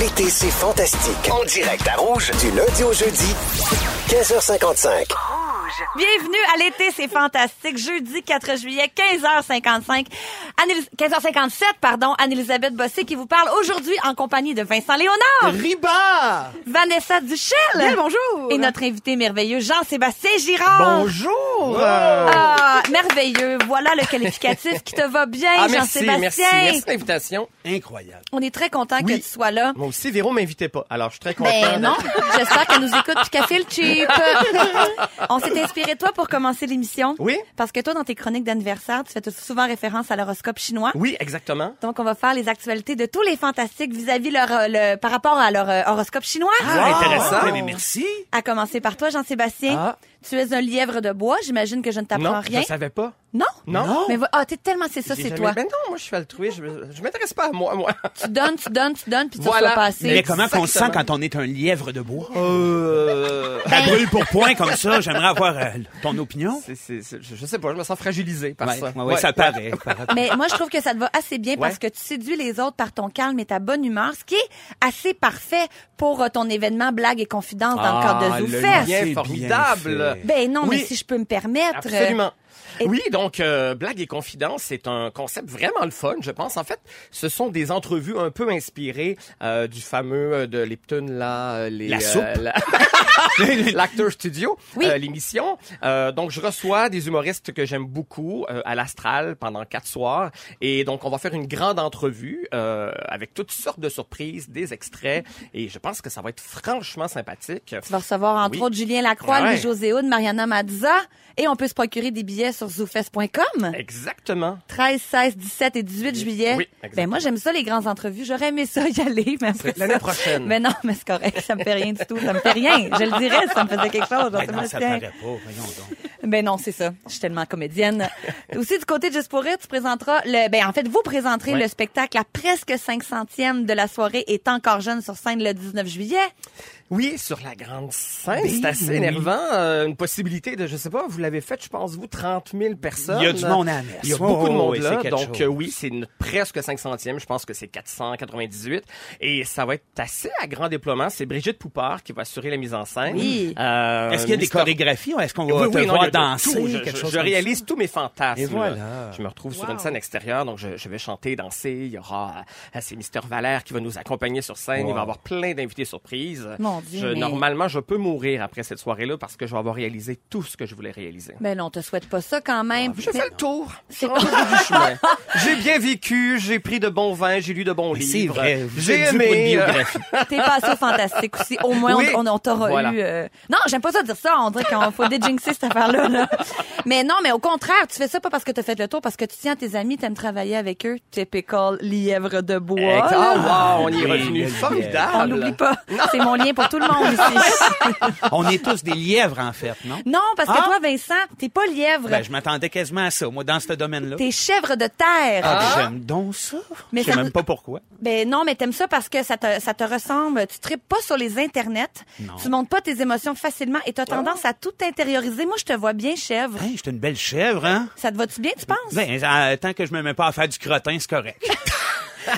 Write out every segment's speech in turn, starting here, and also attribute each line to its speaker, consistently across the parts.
Speaker 1: L'été, c'est fantastique. En direct à Rouge, du lundi au jeudi, 15h55.
Speaker 2: Bienvenue à l'été, c'est fantastique. Jeudi 4 juillet, 15h55. Anne- 15h57, pardon. Anne-Elisabeth Bossé qui vous parle aujourd'hui en compagnie de Vincent Léonard,
Speaker 3: Riba!
Speaker 2: Vanessa Duchel.
Speaker 4: bonjour.
Speaker 2: Et notre invité merveilleux, Jean-Sébastien Girard.
Speaker 3: Bonjour! Euh,
Speaker 2: Ah, merveilleux. Voilà le qualificatif qui te va bien,
Speaker 5: Ah, merci,
Speaker 2: Jean-Sébastien.
Speaker 5: merci, merci de l'invitation.
Speaker 3: Incroyable.
Speaker 2: On est très content que
Speaker 3: Oui.
Speaker 2: tu sois là.
Speaker 5: Moi aussi, Véro m'invitait pas, alors je suis très content.
Speaker 2: Ben non, j'espère qu'elle nous écoute puis qu'elle fait le cheap. On s'est inspiré de toi pour commencer l'émission.
Speaker 5: Oui.
Speaker 2: Parce que toi, dans tes chroniques d'anniversaire, tu fais tout- souvent référence à l'horoscope chinois.
Speaker 5: Oui, exactement.
Speaker 2: Donc, on va faire les actualités de tous les fantastiques vis-à-vis leur, euh, le, par rapport à leur euh, horoscope chinois.
Speaker 5: Ah, intéressant.
Speaker 2: ah.
Speaker 3: Mais merci.
Speaker 2: À commencer par toi, Jean-Sébastien.
Speaker 5: Ah.
Speaker 2: Tu es un lièvre de bois. J'imagine que je ne t'apprends
Speaker 5: non,
Speaker 2: rien.
Speaker 5: je savais pas.
Speaker 2: Non?
Speaker 5: Non.
Speaker 2: Mais vo- ah, t'es tellement, c'est ça,
Speaker 5: J'ai
Speaker 2: c'est
Speaker 5: jamais-
Speaker 2: toi.
Speaker 5: Ben non, moi je suis altruiste, je, je m'intéresse pas à moi, moi.
Speaker 2: Tu donnes, tu donnes, tu donnes, puis tu
Speaker 5: Voilà.
Speaker 2: reçois pas assez.
Speaker 3: Mais comment qu'on se sent
Speaker 5: Exactement.
Speaker 3: quand on est un lièvre de bois?
Speaker 5: Euh,
Speaker 3: Ça brûle pour point comme ça. J'aimerais avoir euh, ton opinion.
Speaker 5: c'est- c'est- c'est- je je sais pas, je me sens fragilisé par
Speaker 3: Ouais,
Speaker 5: ça.
Speaker 3: ouais, ouais, ça paraît.
Speaker 2: Mais moi, je trouve que ça te va assez bien parce que tu séduis les autres par ton calme et ta bonne humeur, ce qui est assez parfait pour euh, ton événement Blague et Confidence dans le cadre de ZooFest.
Speaker 5: Ah, lien
Speaker 3: Ah, c'est
Speaker 5: formidable.
Speaker 3: bien fait.
Speaker 2: Ben non,
Speaker 5: Oui.
Speaker 2: mais si je peux me permettre. euh,
Speaker 5: Absolument.
Speaker 2: Et-
Speaker 5: Oui, donc euh, Blague et Confidence, c'est un concept vraiment le fun, je pense. En fait, ce sont des entrevues un peu inspirées euh, du fameux euh, de Lipton là, euh, les,
Speaker 3: La
Speaker 5: euh,
Speaker 3: soupe.
Speaker 5: la- l'acteur studio,
Speaker 2: Oui.
Speaker 5: euh, l'émission. Euh, donc je reçois des humoristes que j'aime beaucoup euh, à l'Astral pendant quatre soirs, et donc on va faire une grande entrevue euh, avec toutes sortes de surprises, des extraits, et je pense que ça va être franchement sympathique.
Speaker 2: Tu vas recevoir entre
Speaker 5: Oui. Ah
Speaker 2: autres Julien Lacroix,
Speaker 5: Ouais.
Speaker 2: Louis-José Houd, Mariana Mazza et on peut se procurer des billets sur zoufest.com.
Speaker 5: Exactement.
Speaker 2: 13, 16, 17 et 18 juillet.
Speaker 5: Oui,
Speaker 2: ben
Speaker 5: exactement.
Speaker 2: moi j'aime ça les grandes entrevues, j'aurais aimé ça y aller mais après
Speaker 5: L'année
Speaker 2: ça-
Speaker 5: prochaine.
Speaker 2: Mais non, mais c'est correct, ça me fait rien du tout, ça me fait rien. Je le dirais, si ça me faisait quelque chose.
Speaker 3: Ben non, ça
Speaker 2: Jean-Sébastien.
Speaker 3: paraît pas. Voyons donc.
Speaker 2: Ben non, c'est ça. Je suis tellement comédienne. Aussi, du côté de Juste pour rire, tu présenteras le, ben, en fait, vous présenterez le spectacle à presque 500e de la soirée et encore jeune sur scène le 19 juillet.
Speaker 5: Oui, sur la grande scène,
Speaker 3: Oui,
Speaker 5: c'est assez
Speaker 3: Ben oui.
Speaker 5: énervant. Euh, une possibilité de, je sais pas, vous l'avez fait, je pense, vous, 30 000 personnes.
Speaker 3: Il y a du monde à la messe.
Speaker 5: Il y a
Speaker 3: Oh,
Speaker 5: beaucoup de
Speaker 3: oh,
Speaker 5: monde
Speaker 3: oui,
Speaker 5: là.
Speaker 3: c'est quelque
Speaker 5: Donc,
Speaker 3: chose.
Speaker 5: euh, oui, c'est une- presque 500e. Je pense que c'est 498. Et ça va être assez à grand déploiement. C'est Brigitte Poupard qui va assurer la mise en scène.
Speaker 2: Oui.
Speaker 5: Euh,
Speaker 3: Est-ce qu'il y a des
Speaker 5: Mister-
Speaker 3: chorégraphies? Est-ce qu'on
Speaker 5: oui,
Speaker 3: va
Speaker 5: oui,
Speaker 3: te
Speaker 5: non, il y a
Speaker 3: voir
Speaker 5: de
Speaker 3: danser?
Speaker 5: tout. Je,
Speaker 3: quelque
Speaker 5: je-
Speaker 3: chose
Speaker 5: je
Speaker 3: comme ça?
Speaker 5: réalise tous mes fantasmes.
Speaker 3: Et voilà.
Speaker 5: là. Je me retrouve sur une scène extérieure, donc je, je vais chanter, danser. Il y aura, euh, c'est Mister Valère qui va nous accompagner sur scène. Il va y avoir plein d'invités surprises.
Speaker 2: Mon Dieu,
Speaker 5: Je-
Speaker 2: mais-
Speaker 5: Normalement, je peux mourir après cette soirée-là parce que je vais avoir réalisé tout ce que je voulais réaliser.
Speaker 2: Ben non, te souhaite pas ça quand même.
Speaker 5: Je fais le tour. Je suis
Speaker 2: C'est-
Speaker 5: rendu au bout du chemin. J'ai bien vécu, j'ai pris de bons vins, j'ai lu de bons
Speaker 3: Mais
Speaker 5: livres.
Speaker 3: C'est vrai. vous
Speaker 5: J'ai
Speaker 3: êtes dû pour une
Speaker 5: aimé. euh,
Speaker 3: biographie.
Speaker 2: T'es passé au fantastique aussi. Au moins,
Speaker 5: Oui.
Speaker 2: on, on, on t'aura
Speaker 5: Voilà.
Speaker 2: eu. euh, Non, j'aime pas ça dire ça. On dirait qu'on faut déjinxer cette affaire-là. là. Mais non, mais au contraire, tu fais ça pas parce que t'as fait le tour, parce que tu tiens à tes amis, t'aimes travailler avec eux. Typical lièvre de bois.
Speaker 5: exact.
Speaker 2: là.
Speaker 5: Ah, wow, on y est
Speaker 3: Oui,
Speaker 5: revenu.
Speaker 3: oui,
Speaker 5: Formidable.
Speaker 2: On n'oublie pas. C'est mon lien pour tout le monde ici.
Speaker 3: On est tous des lièvres, en fait, non?
Speaker 2: Non, parce que
Speaker 3: Ah.
Speaker 2: toi, Vincent, t'es pas lièvre.
Speaker 3: Ben, je m'attendais quasiment à ça, moi, dans ce domaine-là.
Speaker 2: T'es chèvre de terre.
Speaker 3: Ah, J'aime donc ça.
Speaker 2: Mais
Speaker 3: Je sais
Speaker 2: ça-
Speaker 3: même pas pourquoi.
Speaker 2: Ben non, mais t'aimes ça parce que ça te, ça te ressemble. Tu tripes pas sur les internets.
Speaker 3: Non. Oh.
Speaker 2: Tu montes pas tes émotions facilement et t'as tendance à tout intérioriser. Moi, je te vois bien chèvre.
Speaker 3: Hey, j'étais une belle chèvre, hein?
Speaker 2: Ça te va-tu bien, tu penses?
Speaker 3: Ben, euh, tant que je me mets pas à faire du crottin, c'est correct.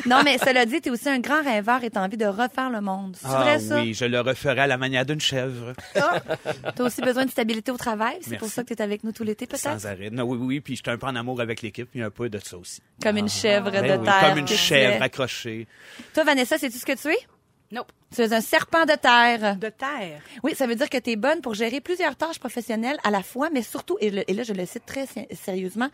Speaker 2: Non, mais cela dit, t'es aussi un grand rêveur et t'as envie de refaire le monde. C'est
Speaker 3: Ah
Speaker 2: vrai, ça? Ah!
Speaker 3: oui, je le referai à la manière d'une chèvre.
Speaker 2: T'as aussi besoin de stabilité au travail. C'est pour
Speaker 3: Merci.
Speaker 2: ça que t'es avec nous tout l'été, peut-être?
Speaker 3: Sans arrêt. Non, oui, oui, puis j'étais un peu en amour avec l'équipe, il y a un peu de ça aussi.
Speaker 2: Comme une chèvre
Speaker 3: Ben
Speaker 2: de
Speaker 3: oui,
Speaker 2: terre.
Speaker 3: comme une
Speaker 2: que tu es.
Speaker 3: chèvre accrochée.
Speaker 2: Toi, Vanessa, sais-tu ce que tu es?
Speaker 4: Non,
Speaker 2: Tu es un serpent de terre.
Speaker 4: de terre.
Speaker 2: Oui, ça veut dire que tu es bonne pour gérer plusieurs tâches professionnelles à la fois, mais surtout, et, le- et là je le cite très sé- sérieusement,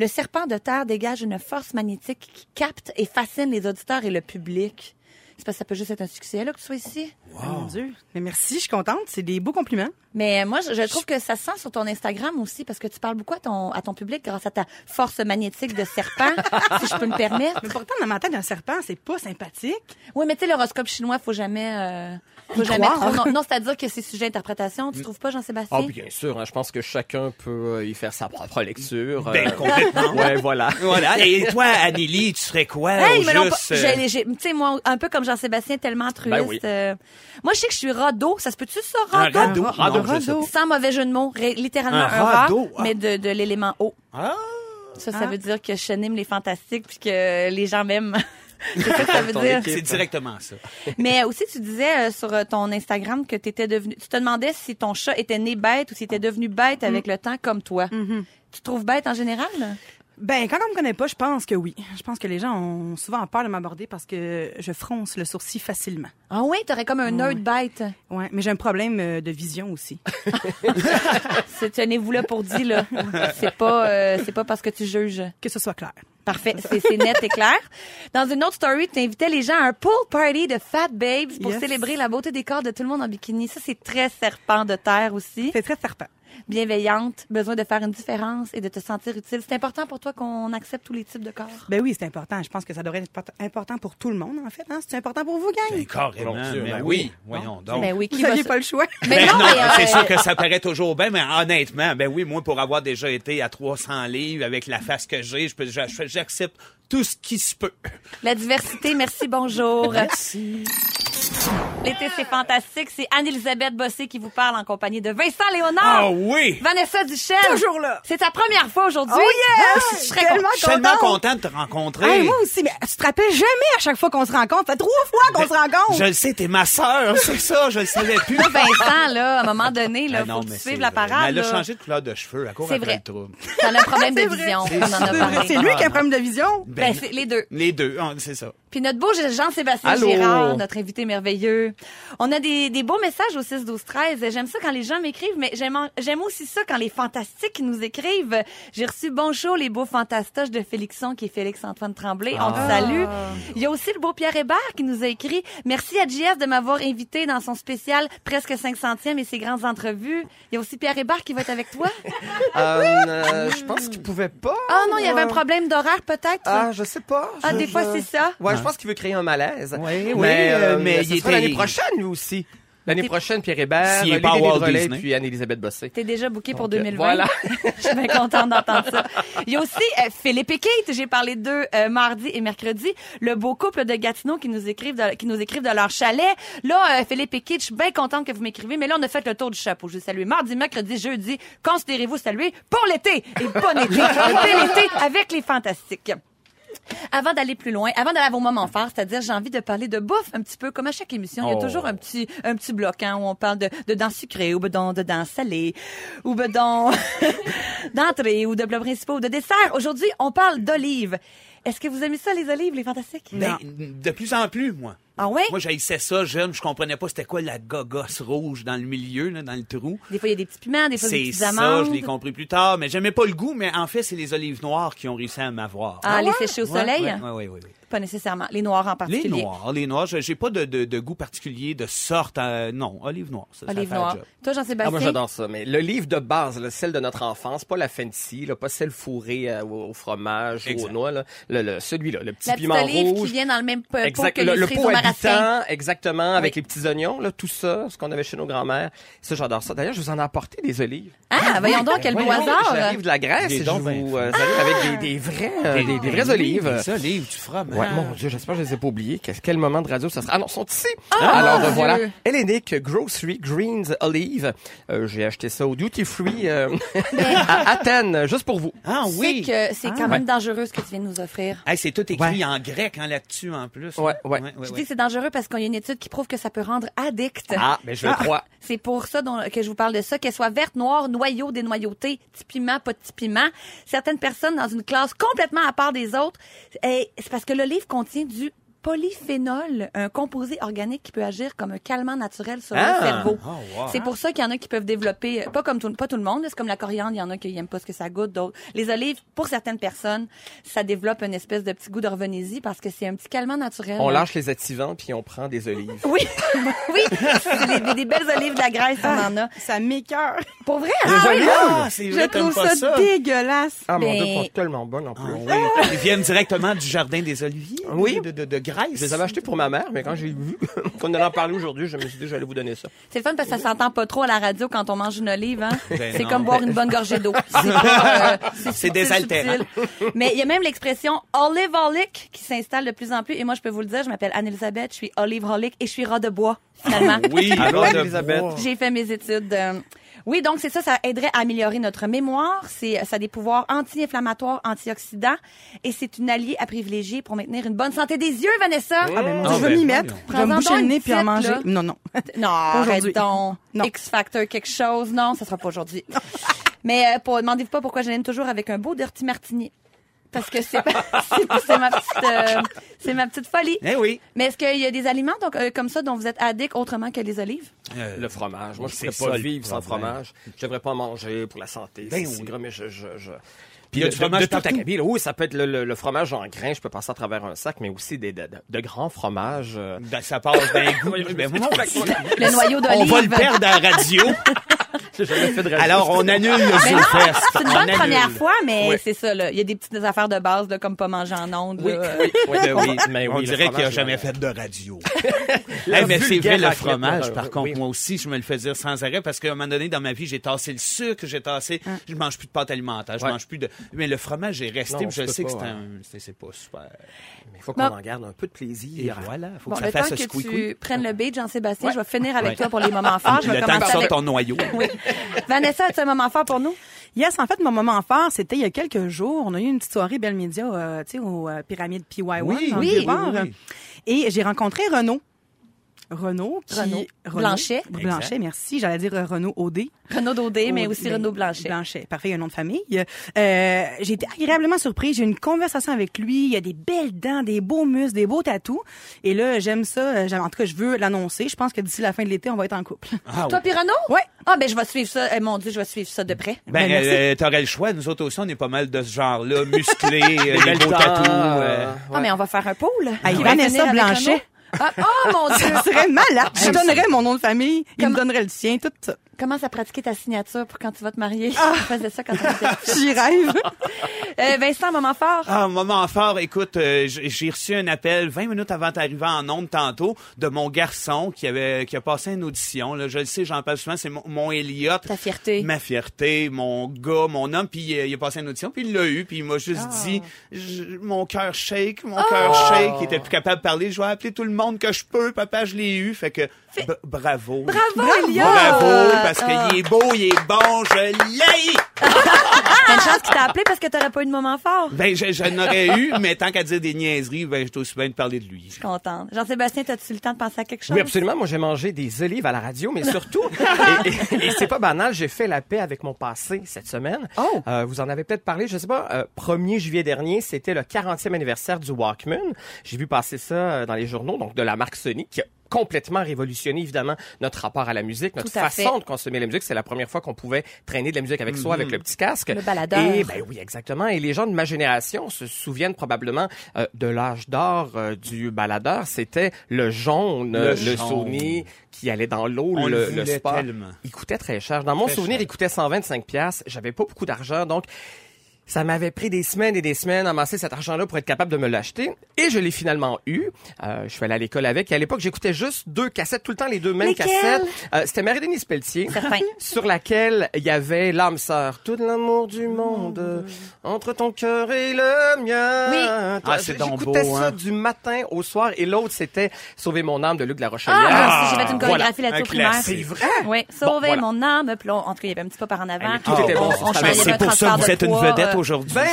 Speaker 2: le serpent de terre dégage une force magnétique qui capte et fascine les auditeurs et le public. C'est parce que ça peut juste être un succès, là, que tu sois ici.
Speaker 6: Ah, Mon Dieu. Mais merci, je suis contente. C'est des beaux compliments.
Speaker 2: Mais euh, moi, je, je trouve que ça se sent sur ton Instagram aussi, parce que tu parles beaucoup à ton, à ton public grâce à ta force magnétique de serpent, si je peux me permettre.
Speaker 6: Mais pourtant, dans ma tête, un serpent, c'est pas sympathique.
Speaker 2: Oui, mais tu sais, l'horoscope chinois, faut jamais, euh, faut
Speaker 6: Y
Speaker 2: jamais
Speaker 6: croire. Mm.
Speaker 2: trop- Non, non, c'est-à-dire que c'est sujet à interprétation. Tu trouves pas, Jean-Sébastien?
Speaker 5: Ah, bien sûr. hein, je pense que chacun peut euh, y faire sa propre lecture. euh,
Speaker 3: Ben, complètement.
Speaker 5: ouais, voilà.
Speaker 3: Voilà. Et toi, Anélie, tu serais quoi?
Speaker 2: Hey,
Speaker 3: au
Speaker 2: mais non, pas-
Speaker 3: juste, euh,
Speaker 2: j'ai- j'ai- tu sais, moi, un peu comme Jean-Sébastien, tellement altruiste.
Speaker 5: Ben oui.
Speaker 2: euh, moi, je sais que je suis rado. Ça se peut-tu, ça,
Speaker 3: Un
Speaker 2: Ah, rado?
Speaker 3: Ah, radeau. Non,
Speaker 6: Un radeau.
Speaker 3: je
Speaker 5: Euh,
Speaker 3: sais pas.
Speaker 2: Sans mauvais jeu de mots, ré- littéralement
Speaker 3: Un
Speaker 2: un,
Speaker 3: radeau,
Speaker 2: rat,
Speaker 3: ah.
Speaker 2: mais de, de l'élément eau.
Speaker 3: Ah.
Speaker 2: Ça, ça
Speaker 6: Ah.
Speaker 2: veut dire que je nime les fantastiques puis que les gens m'aiment. C'est ça que ça veut
Speaker 5: Ton
Speaker 2: dire.
Speaker 5: équipe.
Speaker 3: C'est directement ça.
Speaker 2: Mais aussi, tu disais euh, sur euh, ton Instagram que t'étais devenu. Tu te demandais si ton chat était né bête ou s'il était devenu bête avec le temps, comme toi. Tu te trouves bête en général?
Speaker 6: Ben, quand on me connaît pas, je pense que oui. Je pense que les gens ont souvent peur de m'aborder parce que je fronce le sourcil facilement.
Speaker 2: Ah oui, t'aurais comme un nerd bête.
Speaker 6: Ouais, mais j'ai un problème euh, de vision aussi.
Speaker 2: C'est- Tenez-vous là pour dire, là. C'est pas, euh, c'est pas parce que tu juges.
Speaker 6: Que ce soit clair.
Speaker 2: Parfait, c'est c'est net et clair. Dans une autre story, tu invitais les gens à un pool party de Fat Babes pour
Speaker 6: Yes.
Speaker 2: célébrer la beauté des corps de tout le monde en bikini. Ça, c'est très serpent de terre aussi.
Speaker 6: C'est très serpent.
Speaker 2: Bienveillante, besoin de faire une différence et de te sentir utile. C'est important pour toi qu'on accepte tous les types de corps.
Speaker 6: Ben oui, c'est important. Je pense que ça devrait être import- important pour tout le monde, en fait. Hein? C'est important pour vous, gang.
Speaker 3: Ben, carrément.
Speaker 5: Mon Dieu,
Speaker 3: mais
Speaker 5: ben
Speaker 3: oui. Voyons donc.
Speaker 2: Ben oui, qui
Speaker 6: Vous
Speaker 2: va
Speaker 6: n'aviez
Speaker 2: se-
Speaker 6: pas le choix.
Speaker 2: Mais
Speaker 3: Ben
Speaker 2: non,
Speaker 3: non,
Speaker 2: mais, euh,
Speaker 3: c'est sûr que ça paraît toujours bien, mais honnêtement, ben oui, moi, pour avoir déjà été à 300 livres avec la face que j'ai, je peux- j'a- j'accepte tout ce qui se
Speaker 2: Ah!
Speaker 3: peut.
Speaker 2: La diversité, merci, bonjour. Merci. L'été, c'est fantastique. C'est Anne-Elisabeth Bossé qui vous parle en compagnie de Vincent Léonard.
Speaker 3: Ah oui!
Speaker 2: Vanessa Duchel.
Speaker 6: Toujours là.
Speaker 2: C'est ta première fois aujourd'hui. Ah,
Speaker 6: Oh yes!
Speaker 2: Je serais con-
Speaker 6: Tellement
Speaker 3: Je suis tellement
Speaker 6: contente.
Speaker 3: content de te rencontrer.
Speaker 6: Hey, moi aussi, mais tu te rappelles jamais à chaque fois qu'on se rencontre. Ça fait trois fois
Speaker 2: Ben,
Speaker 6: qu'on se
Speaker 3: Ben,
Speaker 6: rencontre.
Speaker 3: Je le sais, t'es ma sœur, c'est ça, je le savais plus.
Speaker 2: Là, Vincent, là, à un moment donné, là,
Speaker 3: Ah non,
Speaker 2: faut que
Speaker 3: mais
Speaker 2: tu
Speaker 3: c'est
Speaker 2: suives la
Speaker 3: vrai.
Speaker 2: parade.
Speaker 3: Mais elle a
Speaker 2: là.
Speaker 3: changé de couleur de cheveux à cause
Speaker 2: C'est
Speaker 3: après
Speaker 2: vrai.
Speaker 3: le trouble.
Speaker 2: T'en as un problème de
Speaker 6: C'est vrai.
Speaker 2: vision. On en a
Speaker 6: C'est vrai, C'est
Speaker 2: parlé.
Speaker 6: lui qui a un problème de vision.
Speaker 2: Ben, c'est les deux.
Speaker 3: Les deux, ah, c'est ça.
Speaker 2: Puis notre beau Jean-Sébastien
Speaker 5: Allô.
Speaker 2: Girard, notre invité merveilleux. On a des, des beaux messages au 6 12 13. J'aime ça quand les gens m'écrivent, mais j'aime en- j'aime aussi ça quand les fantastiques nous écrivent. J'ai reçu bonjour les beaux fantastoches de Félixon qui est Félix Antoine Tremblay. On te salue. Il y a aussi le beau Pierre Hébert qui nous a écrit "Merci à JS de m'avoir invité dans son spécial presque 500e et ses grandes entrevues." Il y a aussi Pierre Hébert qui va être avec toi.
Speaker 5: Euh, euh, je pense qu'il pouvait pas.
Speaker 2: Ah non, il y avait un
Speaker 5: euh,
Speaker 2: problème d'horaire peut-être.
Speaker 5: Ah, je sais pas.
Speaker 2: Ah,
Speaker 5: Je-
Speaker 2: des fois,
Speaker 5: je-
Speaker 2: c'est ça.
Speaker 5: Ouais, je pense qu'il veut créer un malaise.
Speaker 3: Oui, oui,
Speaker 5: Mais,
Speaker 3: Ah. euh, mais
Speaker 5: mais
Speaker 3: il
Speaker 5: il
Speaker 3: était-
Speaker 5: l'année prochaine, lui aussi.
Speaker 2: T'es-
Speaker 5: L'année prochaine, Pierre Hébert,
Speaker 3: S'il est
Speaker 5: Olivier
Speaker 3: pas à Walt
Speaker 5: Desrelais,
Speaker 3: Disney.
Speaker 5: puis Anne-Elisabeth Bossé.
Speaker 2: T'es déjà booké pour
Speaker 5: Donc, euh,
Speaker 2: 2020.
Speaker 5: voilà.
Speaker 2: Je suis bien contente d'entendre ça. Il y a aussi euh, Philippe et Kate. J'ai parlé d'eux euh, mardi et mercredi. Le beau couple de Gatineau qui nous écrivent de, qui nous écrivent de leur chalet. Là, euh, Philippe et Kate, je suis bien contente que vous m'écrivez, mais là, on a fait le tour du chapeau. Je vous salue mardi, mercredi, jeudi. Considérez-vous salués pour l'été et bon été. Un bel été avec les fantastiques. Avant d'aller plus loin, avant d'aller à vos moments forts, c'est-à-dire j'ai envie de parler de bouffe un petit peu, comme à chaque émission, il y a
Speaker 3: Oh.
Speaker 2: toujours un petit un petit bloc hein, où on parle de, de dents sucrées ou bedon de dents salées ou bedon d'entrée ou de plats principaux ou de dessert. Aujourd'hui, on parle d'olives. Est-ce que vous aimez ça les olives, les fantastiques
Speaker 3: Ben, de plus en plus, moi.
Speaker 2: Ah ouais?
Speaker 3: Moi, j'haïssais ça, jeune, je comprenais pas c'était quoi la gogosse rouge dans le milieu, là, dans le trou.
Speaker 2: Des fois il y a des petits piments, des fois des
Speaker 3: C'est
Speaker 2: petites
Speaker 3: ça,
Speaker 2: amandes.
Speaker 3: je l'ai compris plus tard, mais j'aimais pas le goût, mais en fait, c'est les olives noires qui ont réussi à m'avoir.
Speaker 2: Ah, les sécher au
Speaker 3: Ouais,
Speaker 2: soleil
Speaker 3: ouais, ouais, ouais, ouais, ouais.
Speaker 2: Pas nécessairement, les noirs en particulier.
Speaker 3: Les noirs, les noirs, je- j'ai pas de, de- de goût particulier, de sorte, euh, non, olives noires, ça, ça
Speaker 2: Olives
Speaker 3: fait le
Speaker 2: noires.
Speaker 3: job.
Speaker 2: Toi
Speaker 5: Ah, moi,
Speaker 2: Jean-Sébastien,
Speaker 5: j'adore ça. Mais le livre de base, là, celle de notre enfance, pas la fancy, là, pas celle fourrée euh, au au fromage ou
Speaker 3: Exact.
Speaker 5: aux noix, là. Le, le- celui-là, le petit
Speaker 2: la petite
Speaker 5: piment
Speaker 2: olive
Speaker 5: rouge.
Speaker 2: qui vient dans le même pot
Speaker 5: Exact.
Speaker 2: pot Euh, que
Speaker 5: Le,
Speaker 2: les
Speaker 5: le
Speaker 2: cerises
Speaker 5: pot
Speaker 2: au Marassin.
Speaker 5: habitant, exactement, avec les petits oignons, là, tout ça, ce qu'on avait chez nos grands-mères. Ça, j'adore ça. D'ailleurs, je vous en ai apporté des olives.
Speaker 2: Ah, voyons donc quel beau
Speaker 5: Voyons,
Speaker 2: hasard. Ah!
Speaker 5: J'arrive de la Grèce
Speaker 3: Des
Speaker 5: et je
Speaker 3: dons ben,
Speaker 5: vous
Speaker 3: vingt
Speaker 5: euh, arrive avec des, des vrais, euh, des, des vraies olives.
Speaker 3: Ben Des olives, tu fromage.
Speaker 5: Ouais, mon Dieu, j'espère que je les ai pas oubliés. Qu'est-ce- quel moment de radio ça sera? Ah non, ils sont ici!
Speaker 2: Ah, mon
Speaker 5: Alors, euh,
Speaker 2: Dieu.
Speaker 5: voilà. Hellenic Grocery Greens Olive. Euh, J'ai acheté ça au Duty Free euh, à Athènes, juste pour vous.
Speaker 3: Ah
Speaker 2: Tu
Speaker 3: oui!
Speaker 2: sais que c'est quand
Speaker 6: Ah.
Speaker 2: même dangereux ce que tu viens de nous offrir.
Speaker 3: Hey, c'est tout écrit
Speaker 5: Ouais.
Speaker 3: en grec hein, là-dessus en plus.
Speaker 5: Ouais, ouais.
Speaker 2: Je dis que c'est dangereux parce qu'il y a une étude qui prouve que ça peut rendre addict.
Speaker 5: Ah, mais je le crois.
Speaker 2: C'est pour ça dont- que je vous parle de ça, qu'elle soit verte, noire, noyau, dénoyautée, petit piment, pas petit piment. Certaines personnes dans une classe complètement à part des autres, eh, c'est parce que l'olive contient du polyphénol, un composé organique qui peut agir comme un calmant naturel sur
Speaker 5: Ah!
Speaker 2: le cerveau.
Speaker 3: Oh, wow.
Speaker 2: C'est pour ça qu'il y en a qui peuvent développer, pas comme tout, pas tout le monde, c'est comme la coriandre, il y en a qui n'aiment pas ce que ça goûte, d'autres. Les olives, pour certaines personnes, ça développe une espèce de petit goût d'orvénésie parce que c'est un petit calmant naturel.
Speaker 5: On lâche les activants puis on prend des olives.
Speaker 2: Oui, oui, C'est des, des- des belles olives de la Grèce, on en a.
Speaker 6: Ça m'écoeure.
Speaker 2: Pour vrai,
Speaker 3: Des
Speaker 2: ah oui,
Speaker 3: olives?
Speaker 2: ah!
Speaker 3: Ah, c'est
Speaker 6: Je
Speaker 3: vrai, t'aimes
Speaker 6: trouve
Speaker 3: pas
Speaker 6: ça,
Speaker 3: ça.
Speaker 6: dégueulasse.
Speaker 5: Ah mon
Speaker 2: Ben-
Speaker 5: dieu, elles sont tellement bonnes en
Speaker 2: Ah.
Speaker 5: plus.
Speaker 3: Oui, ils viennent directement du jardin des oliviers.
Speaker 5: Ah Oui.
Speaker 3: De, de, de Grèce.
Speaker 5: Je les avais achetés pour ma mère, mais quand j'ai vu qu'on allait en parler aujourd'hui, je me suis dit, j'allais vous donner ça.
Speaker 2: C'est le fun parce que ça s'entend pas trop à la radio quand on mange une olive. Hein?
Speaker 3: Ben
Speaker 2: c'est
Speaker 3: non.
Speaker 2: comme boire une bonne gorgée d'eau. C'est pas, euh,
Speaker 3: C'est
Speaker 2: subtil,
Speaker 3: désaltérant.
Speaker 2: subtil. Mais il y a même l'expression olive holic qui s'installe de plus en plus. Et moi, je peux vous le dire, je m'appelle Anne-Elisabeth, je suis olive holic et je suis rat de bois, finalement.
Speaker 3: Oui,
Speaker 5: Allô,
Speaker 3: alors de
Speaker 5: Elisabeth?
Speaker 3: bois.
Speaker 2: J'ai fait mes études. euh, Oui, donc c'est ça, ça aiderait à améliorer notre mémoire. C'est, euh, ça a des pouvoirs anti-inflammatoires, antioxydants, et c'est une alliée à privilégier pour maintenir une bonne santé des yeux, Vanessa.
Speaker 6: Ah, ben, mon Dieu,
Speaker 3: Ah,
Speaker 6: je vais
Speaker 3: ben,
Speaker 6: m'y mettre. Je vais
Speaker 2: Prends-en
Speaker 6: me boucher
Speaker 2: donc
Speaker 6: le
Speaker 2: une
Speaker 6: nez puis en
Speaker 2: petite,
Speaker 6: manger.
Speaker 2: là.
Speaker 6: Non, non.
Speaker 2: Non, arrête
Speaker 6: aujourd'hui.
Speaker 2: donc.
Speaker 6: Non.
Speaker 2: X Factor quelque chose. Non, ça sera pas aujourd'hui. Mais euh, pour- demandez-vous pas pourquoi je l'aime toujours avec un beau dirty martini. Parce que c'est c'est- c'est ma petite euh, c'est ma petite folie.
Speaker 3: Eh oui.
Speaker 2: Mais est-ce qu'il y a des aliments donc euh, comme ça dont vous êtes addict autrement que les olives
Speaker 3: Euh,
Speaker 5: Le fromage. Moi, je
Speaker 3: C'est
Speaker 5: ne
Speaker 3: ça,
Speaker 5: pourrais pas
Speaker 3: le
Speaker 5: vivre sans
Speaker 3: problème.
Speaker 5: fromage. Je devrais pas manger pour la santé.
Speaker 3: Ben
Speaker 5: c'est
Speaker 3: oui.
Speaker 5: gras, mais je... je, je-
Speaker 3: Il
Speaker 5: Puis
Speaker 3: y a
Speaker 5: le,
Speaker 3: du
Speaker 5: de,
Speaker 3: fromage
Speaker 5: de tout
Speaker 3: partout.
Speaker 5: acabit, là. Oui, ça peut être le, le- le fromage en grain, je peux passer à travers un sac, mais aussi des, de, de- de grands fromages. euh.
Speaker 3: ben, ça passe d'un goût.
Speaker 5: Voyons, je me
Speaker 3: Ben,
Speaker 5: suis
Speaker 3: mon
Speaker 5: fait
Speaker 3: Dieu.
Speaker 2: Le noyau
Speaker 3: on
Speaker 2: d'olive.
Speaker 3: va le perdre à la radio.
Speaker 5: J'ai jamais fait de radio.
Speaker 3: Alors, on
Speaker 5: Ah,
Speaker 3: annule le
Speaker 2: Mais non,
Speaker 3: ZooFest.
Speaker 2: c'est une
Speaker 3: On
Speaker 2: bonne
Speaker 3: annule.
Speaker 2: première fois, mais
Speaker 5: Oui.
Speaker 2: c'est ça. là. Il y a des petites affaires de base là, comme pas manger en ondes.
Speaker 5: Oui,
Speaker 2: là.
Speaker 5: oui, oui, ben oui, mais
Speaker 3: on
Speaker 5: oui, le
Speaker 3: dirait qu'il n'a
Speaker 5: fromage, euh,
Speaker 3: jamais
Speaker 5: là.
Speaker 3: fait de radio.
Speaker 5: La
Speaker 3: Eh, mais c'est
Speaker 5: vulgaire
Speaker 3: vrai, le
Speaker 5: raclette,
Speaker 3: fromage,
Speaker 5: là,
Speaker 3: par
Speaker 5: oui.
Speaker 3: contre, moi aussi, je me le fais dire sans arrêt parce qu'à un moment donné, dans ma vie, j'ai tassé le sucre, j'ai tassé.
Speaker 2: Ah.
Speaker 3: Je mange plus de pâte alimentaire, je
Speaker 5: Ouais.
Speaker 3: mange plus de. Mais le fromage est resté,
Speaker 5: Non,
Speaker 3: puis
Speaker 5: on
Speaker 3: je
Speaker 5: peut
Speaker 3: sais que
Speaker 5: pas,
Speaker 3: c'est
Speaker 5: hein.
Speaker 3: un. c'est- C'est pas super.
Speaker 5: Mais il faut qu'on
Speaker 2: Bon.
Speaker 5: en garde un peu de
Speaker 3: Et
Speaker 5: plaisir.
Speaker 3: voilà, faut
Speaker 2: Bon,
Speaker 3: que
Speaker 2: le
Speaker 3: ça
Speaker 2: temps
Speaker 3: fasse
Speaker 2: que
Speaker 3: ce squeakoui.
Speaker 2: tu prennes le beat, Jean-Sébastien,
Speaker 5: Ouais.
Speaker 2: je vais finir avec
Speaker 3: Ouais.
Speaker 2: toi pour les moments forts. Je vais
Speaker 3: Le temps que
Speaker 2: commencer
Speaker 3: tu sortes
Speaker 2: avec...
Speaker 3: ton noyau.
Speaker 2: Oui. Vanessa, as-tu un moment fort pour nous?
Speaker 6: Yes, en fait, mon moment fort, c'était il y a quelques jours. On a eu une petite soirée Belle Média, euh, tu sais, au euh, Pyramide PY1.
Speaker 3: Oui,
Speaker 6: dans le
Speaker 3: oui,
Speaker 6: Vieux-Port.
Speaker 3: oui, oui.
Speaker 6: Et j'ai rencontré Renaud. Renaud, qui...
Speaker 2: Renaud. Blanchet.
Speaker 6: Blanchet, merci. J'allais dire euh, Renaud Audet.
Speaker 2: Renaud Daudé, mais
Speaker 6: Audet,
Speaker 2: aussi
Speaker 6: ben,
Speaker 2: Renaud Blanchet.
Speaker 6: Blanchet, parfait, il y a un nom de famille. Euh, j'ai été agréablement surprise. J'ai eu une conversation avec lui. Il a des belles dents, des beaux muscles, des beaux tatous. Et là, j'aime ça. Euh, j'aime- En tout cas, je veux l'annoncer. Je pense que d'ici la fin de l'été, on va être en couple.
Speaker 3: Ah,
Speaker 2: Toi,
Speaker 3: oui.
Speaker 2: puis Renaud?
Speaker 6: Ouais.
Speaker 2: Ah, ben, je vais suivre ça. Eh, mon Dieu, je vais suivre ça de près.
Speaker 3: Ben,
Speaker 6: Ben, merci.
Speaker 3: euh, t'aurais le choix. Nous autres aussi, on est pas mal de ce genre-là, musclés, euh, les
Speaker 5: Belle
Speaker 3: beaux
Speaker 5: temps,
Speaker 3: tatous.
Speaker 5: euh,
Speaker 3: euh.
Speaker 2: Ah, mais on va faire un pool.
Speaker 6: Hey,
Speaker 2: Qui va
Speaker 6: Vanessa
Speaker 2: finir avec
Speaker 6: Blanchet.
Speaker 2: Renaud? Ah, oh, mon Dieu!
Speaker 6: Ça serait malade. Je donnerais mon nom de famille. Il
Speaker 2: Comme-
Speaker 6: me donnerait le sien, tout ça.
Speaker 2: Commence à pratiquer ta signature pour quand tu vas te marier. Ah. faisais ça quand on était petits.
Speaker 6: J'y rêve.
Speaker 2: Euh, Vincent, moment fort.
Speaker 3: Ah, moment fort, écoute, euh, j- j'ai reçu un appel 20 minutes avant d'arriver en onde tantôt de mon garçon qui avait qui a passé une audition. Là. Je le sais, j'en parle souvent, c'est mon, mon Elliot.
Speaker 2: Ta fierté.
Speaker 3: Ma fierté, mon gars, mon homme, puis euh, il a passé une audition, puis il l'a eu, puis il m'a juste
Speaker 2: Ah.
Speaker 3: dit je- mon cœur shake, mon cœur shake, il était plus capable de parler, je vais appeler tout le monde que je peux, papa, je l'ai eu, fait que b- bravo.
Speaker 2: Bravo, Elliot!
Speaker 3: Bravo, parce qu'il
Speaker 2: Ah.
Speaker 3: est beau, il est bon, je l'ai.
Speaker 2: T'as une chance qu'il t'a appelé parce que t'aurais pas eu de moment fort.
Speaker 3: Ben, je- j'en aurais eu, mais tant qu'à dire des niaiseries, ben, j'étais aussi bien de parler de lui.
Speaker 2: Contente. Jean-Sébastien, t'as-tu le temps de penser à quelque chose?
Speaker 5: Oui, absolument. Moi, j'ai mangé des olives à la radio, mais surtout, et, et- et c'est pas banal, j'ai fait la paix avec mon passé cette semaine.
Speaker 2: Oh!
Speaker 5: Euh, vous en avez peut-être parlé, je sais pas, euh, 1er juillet dernier, c'était le 40e anniversaire du Walkman. J'ai vu passer ça euh, dans les journaux, donc de la marque Sony, qui a complètement révolutionné, évidemment, notre rapport à la musique, notre
Speaker 2: Tout à
Speaker 5: façon
Speaker 2: fait.
Speaker 5: de consommer la musique. C'est la première fois qu'on pouvait traîner de la musique avec soi, avec le petit casque.
Speaker 2: Le baladeur.
Speaker 5: Et, ben oui, exactement. Et les gens de ma génération se souviennent probablement euh, de l'âge d'or euh, du baladeur. C'était le jaune,
Speaker 3: Le
Speaker 5: le,
Speaker 3: jaune.
Speaker 5: Sony qui allait dans l'eau,
Speaker 3: On le
Speaker 5: le,
Speaker 3: voulait
Speaker 5: sport.
Speaker 3: tellement.
Speaker 5: Il coûtait très cher. Dans mon
Speaker 3: Très
Speaker 5: souvenir,
Speaker 3: cher.
Speaker 5: il coûtait 125 pièces. J'avais pas beaucoup d'argent, donc ça m'avait pris des semaines et des semaines à amasser cet argent-là pour être capable de me l'acheter. Et je l'ai finalement eu. Euh, je suis allé à l'école avec. Et à l'époque, j'écoutais juste deux cassettes, tout le temps les deux mêmes
Speaker 2: Lesquelles?
Speaker 5: cassettes. Euh, C'était Marie-Denise Pelletier
Speaker 2: Certain.
Speaker 5: sur laquelle il y avait l'âme sœur, tout l'amour du monde entre ton cœur et le mien.
Speaker 2: Oui.
Speaker 3: Ah, c'est donc
Speaker 5: J'écoutais
Speaker 3: beau,
Speaker 5: ça
Speaker 3: hein.
Speaker 5: du matin au soir et l'autre c'était Sauver mon âme de Luc La Rochelière.
Speaker 2: Ah, si j'ai fait une
Speaker 3: voilà,
Speaker 2: chorégraphie
Speaker 3: un
Speaker 2: là-dessus au primaire.
Speaker 3: classique. C'est
Speaker 5: vrai?
Speaker 2: Oui, sauver
Speaker 5: voilà.
Speaker 2: mon âme, plomb. En tout cas, il y avait un petit pas par en avant.
Speaker 5: mais tout était bon,
Speaker 2: On, on
Speaker 5: ça,
Speaker 2: changeait
Speaker 5: mais
Speaker 2: notre
Speaker 3: c'est pour ça
Speaker 2: transport
Speaker 3: que
Speaker 2: de
Speaker 3: vous êtes une
Speaker 2: poids,
Speaker 3: vedette
Speaker 2: euh,
Speaker 3: aujourd'hui.
Speaker 2: Ben,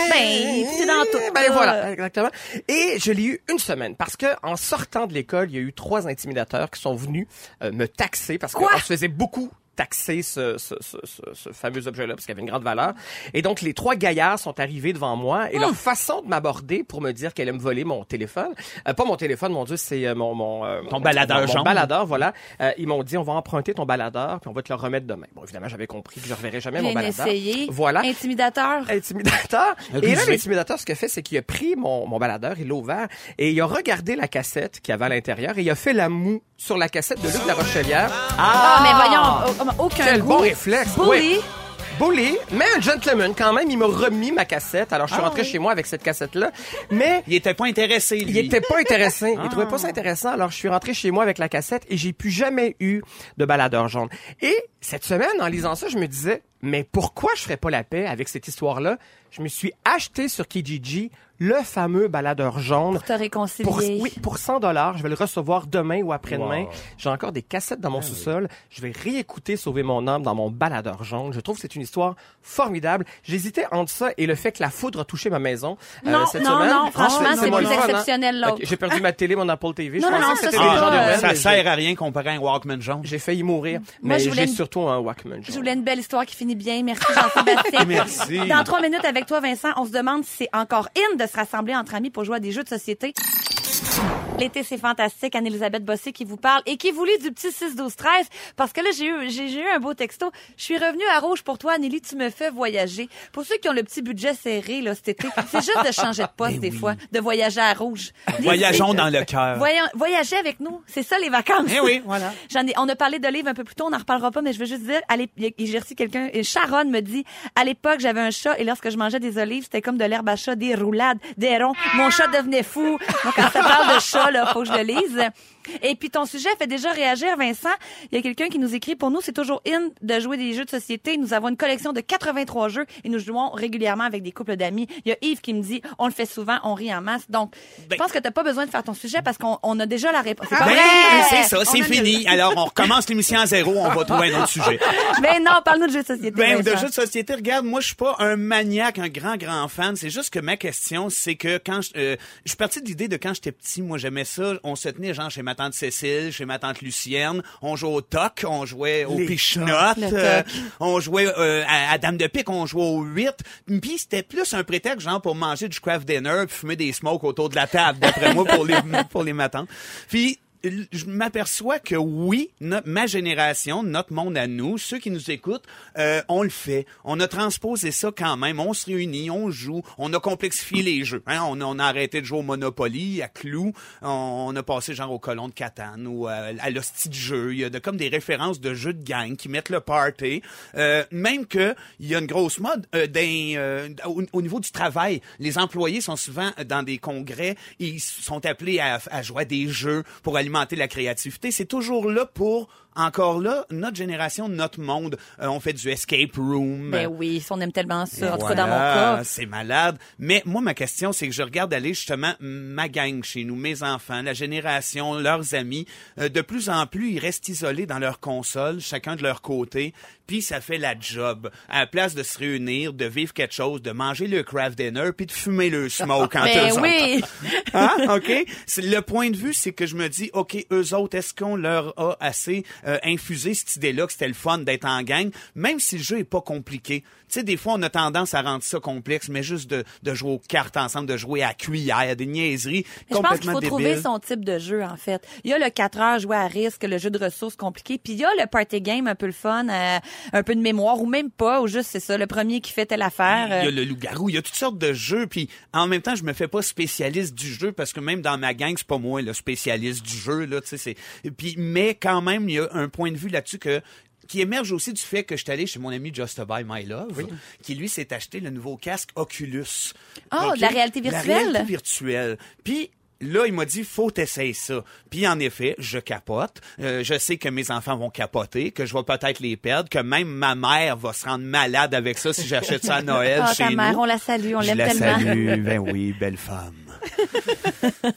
Speaker 2: c'est dans tout,
Speaker 5: Ben
Speaker 2: là.
Speaker 5: voilà, exactement. Et je l'ai eu une semaine parce que en sortant de l'école, il y a eu trois intimidateurs qui sont venus euh, me taxer parce
Speaker 2: Quoi?
Speaker 5: qu'on se faisait beaucoup taxer ce, ce- ce- ce- ce fameux objet-là parce qu'il avait une grande valeur. Et donc, les trois gaillards sont arrivés devant moi et
Speaker 2: Hum.
Speaker 5: leur façon de m'aborder pour me dire qu'elle allait me voler mon téléphone, euh, pas mon téléphone, mon Dieu, c'est euh, mon... mon euh,
Speaker 3: Ton baladeur
Speaker 5: mon- mon
Speaker 3: jaune.
Speaker 5: baladeur, voilà. Euh, ils m'ont dit, on va emprunter ton baladeur puis on va te le remettre demain. Bon, évidemment, j'avais compris que je reverrai jamais mon
Speaker 2: Bien
Speaker 5: baladeur.
Speaker 2: essayé.
Speaker 5: ben Voilà Eh,
Speaker 2: Intimidateur.
Speaker 5: intimidateur. Et là,
Speaker 3: Rusé.
Speaker 5: l'intimidateur, ce qu'il a fait, c'est qu'il a pris mon, mon baladeur, il l'a ouvert et il a regardé la cassette qu'il y avait à l'intérieur et il a fait la moue sur la cassette de Luc La Rochelière.
Speaker 2: Ah, mais voyons, au- au- aucun
Speaker 5: Quel
Speaker 2: goût.
Speaker 5: bon réflexe.
Speaker 2: Bully.
Speaker 5: Oui. Boulé, mais un gentleman quand même, il m'a remis ma cassette. Alors, je suis rentré chez moi avec cette cassette-là. Mais
Speaker 3: Il était pas intéressé, lui.
Speaker 5: il était pas intéressant. Il trouvait pas ça intéressant. Alors, je suis rentré chez moi avec la cassette et j'ai plus jamais eu de baladeur jaune. Et cette semaine, en lisant ça, je me disais, mais pourquoi je ferais pas la paix avec cette histoire-là? Je me suis acheté sur Kijiji le fameux baladeur jaune.
Speaker 2: Pour te réconcilier.
Speaker 5: Pour, oui, pour 100 dollars, je vais le recevoir demain ou après-demain. J'ai encore des cassettes dans mon sous-sol. Je vais réécouter Sauver mon âme dans mon baladeur jaune. Je trouve que c'est une histoire formidable. J'hésitais entre ça et le fait que la foudre a touché ma maison euh,
Speaker 2: Non,
Speaker 5: cette
Speaker 2: non,
Speaker 5: semaine.
Speaker 2: non, franchement,
Speaker 5: Ah,
Speaker 2: c'est
Speaker 5: moins
Speaker 2: plus
Speaker 5: le fun, hein?
Speaker 2: exceptionnel, l'autre.
Speaker 5: Ok, J'ai perdu ma télé, mon Apple TV.
Speaker 2: Non,
Speaker 5: je
Speaker 2: non,
Speaker 5: pensais
Speaker 2: non,
Speaker 5: que
Speaker 2: ça,
Speaker 5: c'était
Speaker 2: c'est
Speaker 5: les
Speaker 2: pas,
Speaker 5: gens de
Speaker 2: euh,
Speaker 5: Rouen,
Speaker 3: Ah, ça
Speaker 5: mais
Speaker 3: sert à rien comparé à un Walkman jaune.
Speaker 5: J'ai failli mourir,
Speaker 2: Moi,
Speaker 5: mais
Speaker 2: je voulais
Speaker 5: j'ai
Speaker 2: une-
Speaker 5: surtout un Walkman.
Speaker 2: Je voulais une belle histoire qui finit bien. Merci, Jean-Sébastien.
Speaker 3: Merci.
Speaker 2: Dans trois minutes avec toi, Vincent, on se demande si c'est encore in de se rassembler entre amis pour jouer à des jeux de société. L'été, c'est fantastique. Anne-Elisabeth Bossé qui vous parle et qui voulait du petit 6-12-13 parce que là, j'ai eu, j'ai, j'ai eu un beau texto. Je suis revenue à Rouge pour toi, Anneli, tu me fais voyager. Pour ceux qui ont le petit budget serré, là, cet été, c'est juste de changer de poste, des fois, de voyager à Rouge.
Speaker 3: Ben Voyageons
Speaker 2: Des-
Speaker 3: dans le cœur.
Speaker 2: Voyons, voyagez avec nous. C'est ça, les vacances.
Speaker 3: Eh oui, voilà.
Speaker 2: J'en ai, on a parlé de livres un peu plus tôt, on n'en reparlera pas, mais je veux juste dire, allez, j'ai reçu quelqu'un, et Sharon me dit, à l'époque, j'avais un chat, et lorsque je mangeais des olives, c'était comme de l'herbe à chat, des roulades, des ronds. Mon chat devenait fou. Donc, quand ça parle de chat, là, faut que je le lise. Et puis, ton sujet fait déjà réagir, Vincent. Il y a quelqu'un qui nous écrit, pour nous, c'est toujours in de jouer des jeux de société. Nous avons une collection de 83 jeux et nous jouons régulièrement avec des couples d'amis. Il y a Yves qui me dit, on le fait souvent, on rit en masse. Donc, je
Speaker 3: Ben-
Speaker 2: pense que t'as pas besoin de faire ton sujet parce qu'on on a déjà la réponse. C'est pas
Speaker 3: Ben,
Speaker 2: vrai!
Speaker 3: c'est ça,
Speaker 2: On
Speaker 3: c'est
Speaker 2: a
Speaker 3: fini. Alors, on recommence l'émission à zéro, on va trouver un autre sujet.
Speaker 2: Mais non, parle-nous de jeux de société.
Speaker 3: Ben, de
Speaker 2: Vincent.
Speaker 3: jeux de société, regarde, moi, je suis pas un maniaque, un grand, grand fan. C'est juste que ma question, c'est que quand je, euh, je suis parti de l'idée de quand j'étais petit, moi, j'aimais ça. On se tenait, genre, chez ma tante Cécile, chez ma tante Lucienne. On jouait au toc, on jouait au
Speaker 5: Les
Speaker 3: pichenote,
Speaker 2: tocs. Le
Speaker 3: euh,
Speaker 2: toc.
Speaker 3: on jouait euh, à, à Dame de Pique, on jouait au 8. Puis c'était plus un prétexte, genre, pour manger du craft dinner puis fumer des smokes autour de la table, d'après moi, pour les, pour les matins. Puis l- je m'aperçois que oui, no- ma génération, notre monde à nous, ceux qui nous écoutent, euh, on le fait. On a transposé ça quand même. On se réunit, on joue, on a complexifié les jeux. hein. On, a- on a arrêté de jouer au Monopoly, à Clou. On, on a passé genre au Colon de Catane ou à, à l'hostie de jeu. Il y a de- comme des références de jeux de gang qui mettent le party. Euh, même que il y a une grosse mode euh, d'un, euh, au, au niveau du travail. Les employés sont souvent dans des congrès et ils sont appelés à, à jouer à des jeux pour alimenter la créativité. C'est toujours là pour encore là, notre génération, notre monde, Euh, on fait du escape room.
Speaker 2: Ben oui, si on aime tellement ça. En tout cas,
Speaker 3: Voilà,
Speaker 2: dans mon cas.
Speaker 3: C'est malade. Mais moi, ma question, c'est que je regarde aller justement ma gang chez nous, mes enfants, la génération, leurs amis. Euh, de plus en plus, ils restent isolés dans leur console, chacun de leur côté. Puis ça fait la job. À la place de se réunir, de vivre quelque chose, de manger le craft dinner, puis de fumer le smoke en
Speaker 2: Ben
Speaker 3: tous
Speaker 2: oui.
Speaker 3: Hein? OK? C'est- Le point de vue, c'est que je me dis, OK, eux autres, est-ce qu'on leur a assez euh, infusé cette idée-là que c'était le fun d'être en gang, même si le jeu est pas compliqué? Tu sais, des fois, on a tendance à rendre ça complexe, mais juste de, de jouer aux cartes ensemble, de jouer à cuillère, à des niaiseries
Speaker 2: Mais Je
Speaker 3: complètement
Speaker 2: pense qu'il faut
Speaker 3: débiles.
Speaker 2: trouver son type de jeu, en fait. Il y a le 4 heures, jouer à risque, le jeu de ressources compliqué, puis il y a le party game, un peu le fun, euh, un peu de mémoire, ou même pas, ou juste, c'est ça, le premier qui fait telle affaire.
Speaker 3: Il y
Speaker 2: euh,
Speaker 3: a le loup-garou, il y a toutes sortes de jeux, puis en même temps, je me fais pas spécialiste du jeu parce que même dans ma gang, c'est pas moi le spécialiste du jeu là, tu sais c'est et puis mais quand même il y a un point de vue là-dessus que qui émerge aussi du fait que je suis allé chez mon ami Just Buy My Love, qui lui s'est acheté le nouveau casque Oculus.
Speaker 2: Ah,
Speaker 3: OK?
Speaker 2: de la réalité virtuelle?
Speaker 3: réalité virtuelle. Puis là, il m'a dit, faut t'essayer ça. Puis en effet, je capote. Euh, je sais que mes enfants vont capoter, que je vais peut-être les perdre, que même ma mère va se rendre malade avec ça si j'achète ça à Noël
Speaker 2: Ah,
Speaker 3: chez
Speaker 2: ta mère,
Speaker 3: nous.
Speaker 2: on la salue, on
Speaker 3: Je
Speaker 2: l'aime
Speaker 3: la
Speaker 2: tellement.
Speaker 3: salue. ben oui, belle femme.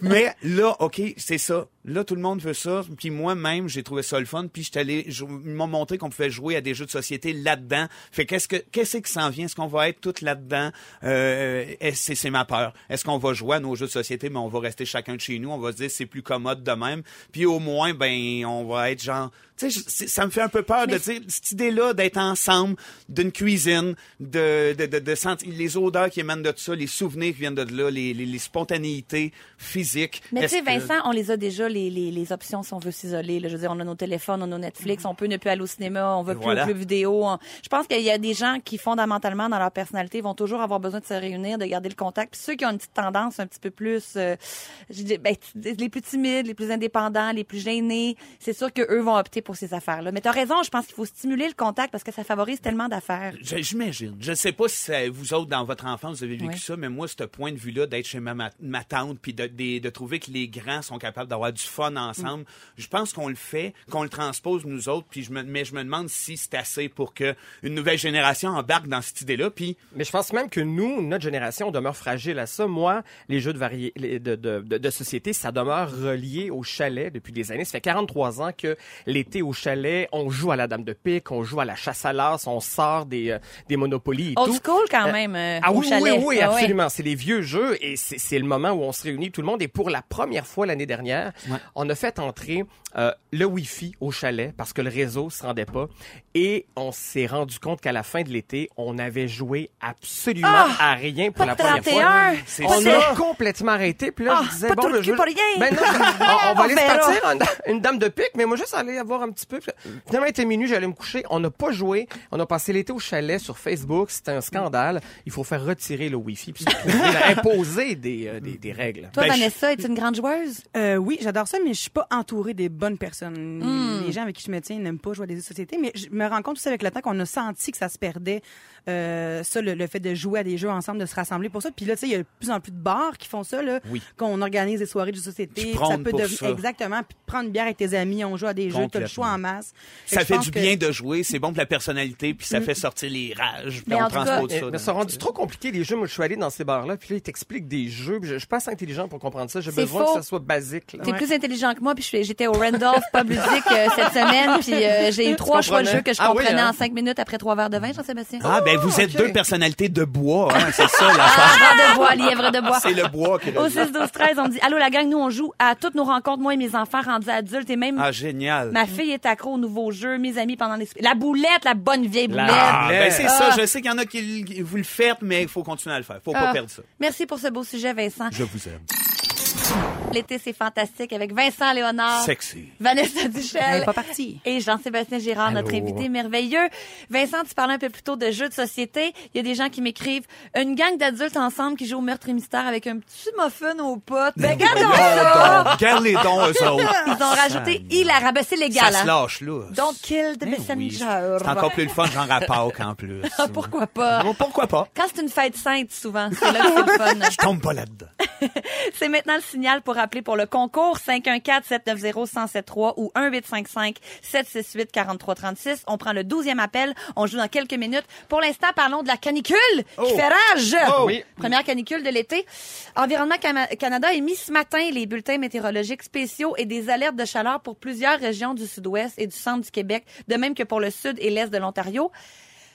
Speaker 3: Mais là, OK, c'est ça. Là, tout le monde veut ça. Puis moi-même, j'ai trouvé ça le fun. Puis j'étais allé, je- ils m'ont montré qu'on pouvait jouer à des jeux de société là-dedans. Fait qu'est-ce que, qu'est-ce qui s'en vient? Est-ce qu'on va être tout là-dedans? Euh, est-ce- c'est, c'est ma peur. Est-ce qu'on va jouer à nos jeux de société, mais on va rester chacun de chez nous? On va se dire, c'est plus commode de même. Puis au moins, ben, on va être genre, tu sais, je- c'est- ça me fait un peu peur de dire, cette idée-là d'être ensemble, d'une cuisine, de, de, de, de sentir les odeurs qui émanent de ça, les souvenirs qui viennent de là, les, les, les spontanéités physiques.
Speaker 2: Mais tu
Speaker 3: Est-ce
Speaker 2: sais,
Speaker 3: que-
Speaker 2: Vincent, on les a déjà, les, les, les options, si on veut s'isoler. là. Je veux dire, on a nos téléphones, on a nos
Speaker 5: Mm-hmm.
Speaker 2: Netflix, on peut ne plus aller au cinéma, on veut plus au
Speaker 3: Voilà.
Speaker 2: club vidéo. on- Je pense qu'il y a des gens qui, fondamentalement, dans leur personnalité, vont toujours avoir besoin de se réunir, de garder le contact. Puis ceux qui ont une petite tendance un petit peu plus... euh, je dis, ben, t- les plus timides, les plus indépendants, les plus gênés, c'est sûr que eux vont opter pour ces affaires-là. Mais tu as raison, je pense qu'il faut stimuler le contact parce que ça favorise tellement d'affaires.
Speaker 3: Je- J'imagine. Je ne sais pas si ça- vous autres, dans votre enfance, vous avez vécu
Speaker 2: Oui.
Speaker 3: ça, mais moi, ce point de vue-là, d'être chez ma, ma, ma tante, puis de, de- de trouver que les grands sont capables d'avoir du fun ensemble, je pense qu'on le fait, qu'on le transpose nous autres, puis je me, mais je me demande si c'est assez pour que une nouvelle génération embarque dans cette idée-là, puis
Speaker 5: Mais je pense même que nous, notre génération, on demeure fragile à ça. Moi, les jeux de, varié, les- de, de, de, de société, ça demeure relié au chalet depuis des années. Ça fait 43 ans que l'été au chalet, on joue à la dame de pique, on joue à la chasse à l'as, on sort des, euh, des monopolies et
Speaker 2: Old
Speaker 5: tout.
Speaker 2: school, quand
Speaker 5: Euh,
Speaker 2: même, euh,
Speaker 5: ah
Speaker 2: au
Speaker 5: oui,
Speaker 2: chalet.
Speaker 5: oui, oui,
Speaker 2: Ah ouais.
Speaker 5: absolument. C'est les vieux jeux et c'est c'est le moment où on se réunit tout le monde. Et pour la première fois l'année dernière, on a fait entrer euh, le Wi-Fi au chalet parce que le réseau se rendait pas. Et on s'est rendu compte qu'à la fin de l'été, on avait joué absolument à rien pour la
Speaker 2: Ah! Pas de
Speaker 5: première
Speaker 2: 31,
Speaker 5: fois.
Speaker 3: c'est
Speaker 5: On
Speaker 3: ça.
Speaker 5: a complètement arrêté. Puis là,
Speaker 2: Ah,
Speaker 5: je disais,
Speaker 2: pas de
Speaker 5: bon,
Speaker 2: trou de
Speaker 5: ben, je
Speaker 2: cul,
Speaker 5: veux-
Speaker 2: pas rien.
Speaker 5: Ben non, on, on va
Speaker 2: On
Speaker 5: aller se
Speaker 2: verra.
Speaker 5: partir un- une dame de pique, mais moi juste aller avoir un petit peu. Finalement, il était minuit, j'allais me coucher. On n'a pas joué. On a passé l'été au chalet sur Facebook. C'était un scandale. Il faut faire retirer le Wi-Fi puis se trouver à imposer des, euh, des, des règles.
Speaker 2: Toi,
Speaker 3: Ben, je-
Speaker 2: Vanessa, es-tu une grande joueuse?
Speaker 6: Euh, oui, j'adore ça, mais je suis pas entourée des bonnes personnes.
Speaker 3: Hmm.
Speaker 6: Les gens avec qui je me tiens n'aiment pas jouer à des jeux de société, mais je me rends compte aussi avec le temps qu'on a senti que ça se perdait, euh, ça, le, le fait de jouer à des jeux ensemble, de se rassembler pour ça. Puis là, tu sais, il y a de plus en plus de bars qui font ça, là,
Speaker 3: Oui.
Speaker 6: qu'on organise des soirées de jeux de société.
Speaker 3: Tu
Speaker 6: puis
Speaker 3: prônes pour
Speaker 6: devenir-
Speaker 3: ça.
Speaker 6: Exactement. Puis prendre une bière avec tes amis, on joue à des jeux, t'as le choix en masse.
Speaker 3: ça
Speaker 6: Fait que je
Speaker 3: fait
Speaker 6: pense
Speaker 3: du
Speaker 6: que-
Speaker 3: bien de jouer, c'est bon pour la personnalité, puis ça fait sortir les rages, puis
Speaker 2: Mais
Speaker 3: on
Speaker 2: en tout cas-
Speaker 3: transpose
Speaker 5: Mais
Speaker 3: ça.
Speaker 5: mais
Speaker 3: dans-
Speaker 5: ça a rendu trop compliqué les jeux. Moi, je suis allé dans ces bars-là, puis là, ils t'expliquent des jeux. puis Je, je suis pas assez intelligent pour comprendre ça. J'ai
Speaker 2: C'est
Speaker 5: besoin
Speaker 2: faux.
Speaker 5: que ça soit basique. là.
Speaker 2: T'es plus intelligent que moi, puis je suis- j'étais au Randolph Pub Music euh, cette semaine, puis euh, j'ai eu trois choix de
Speaker 5: comprenais?
Speaker 2: jeux que je
Speaker 5: Ah oui,
Speaker 2: comprenais
Speaker 5: hein?
Speaker 2: en cinq minutes après trois verres de vin, Jean-Sébastien.
Speaker 3: Ah, ben vous êtes deux personnalités de bois, hein, c'est ça l'affaire.
Speaker 2: Verre de bois, Ah! lièvre de bois.
Speaker 3: C'est le bois qui
Speaker 2: Au
Speaker 3: revient.
Speaker 2: 6, 12, 13, on me dit, allô, la gang, nous, on joue à toutes nos rencontres, moi et mes enfants rendus adultes, et même
Speaker 3: Ah, génial.
Speaker 2: ma fille est accro aux nouveaux jeux, mes amis pendant les... La boulette, la bonne vieille boulette.
Speaker 3: Ah, ben c'est ça,
Speaker 2: Ah.
Speaker 3: je sais qu'il y en a qui, l- qui- vous le faites, mais il faut continuer à le faire. Faut pas
Speaker 2: Ah.
Speaker 3: perdre ça.
Speaker 2: Merci pour ce beau sujet, Vincent.
Speaker 3: Je vous aime.
Speaker 2: L'été, c'est fantastique avec Vincent Léonard.
Speaker 3: Sexy.
Speaker 2: Vanessa Duchel.
Speaker 6: Elle est pas partie.
Speaker 2: Et Jean-Sébastien Girard, notre invité merveilleux. Vincent, tu parlais un peu plus tôt de jeux de société. Il y a des gens qui m'écrivent une gang d'adultes ensemble qui jouent au meurtre et mystère avec un petit muffin aux potes. Ben, regarde ça!
Speaker 3: Garde les dons, eux autres.
Speaker 2: Ils ont rajouté il a rabaissé légal.
Speaker 3: Ça se
Speaker 2: hein.
Speaker 3: lâche, là.
Speaker 2: Don't kill the
Speaker 3: Ben oui.
Speaker 2: messenger. Ah,
Speaker 3: C'est encore plus le fun, genre à Pâques, en plus.
Speaker 2: Pourquoi pas?
Speaker 3: Bon, Pourquoi pas?
Speaker 2: Quand c'est une fête sainte, souvent, c'est là que c'est le fun.
Speaker 3: Je tombe pas là-dedans.
Speaker 2: C'est maintenant le signal pour appeler pour le concours 514-790-1073 ou 1855-768-4336. On prend le 12e appel. On joue dans quelques minutes. Pour l'instant, parlons de la canicule qui
Speaker 3: Oh.
Speaker 2: fait rage.
Speaker 3: Oh.
Speaker 5: Oui.
Speaker 2: Première canicule de l'été. Environnement Cana- Canada a émis ce matin les bulletins météorologiques spéciaux et des alertes de chaleur pour plusieurs régions du sud-ouest et du centre du Québec, de même que pour le sud et l'est de l'Ontario.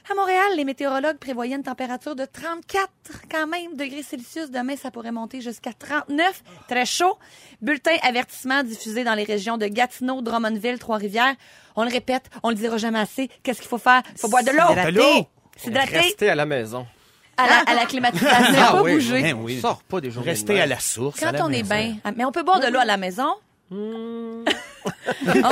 Speaker 2: À Montréal, les météorologues prévoyaient une température de 34 quand même degrés Celsius. Demain, ça pourrait monter jusqu'à 39. Très chaud. Bulletin avertissement diffusé dans les régions de Gatineau, Drummondville, Trois-Rivières. On le répète, on le dira jamais assez. Qu'est-ce qu'il faut faire? faut boire de l'eau.
Speaker 3: De l'eau.
Speaker 2: S'hydrater
Speaker 5: Rester à la maison.
Speaker 2: à la, à la climatisation. pas
Speaker 5: Ah oui.
Speaker 2: bouger.
Speaker 3: Ben oui.
Speaker 5: Sors pas des journées. de
Speaker 3: Restez
Speaker 5: mer.
Speaker 3: à la source. à
Speaker 2: Quand
Speaker 3: la
Speaker 2: on est
Speaker 3: maison. Hmm.
Speaker 2: bien. Mais on peut boire de l'eau à la maison. en 6 12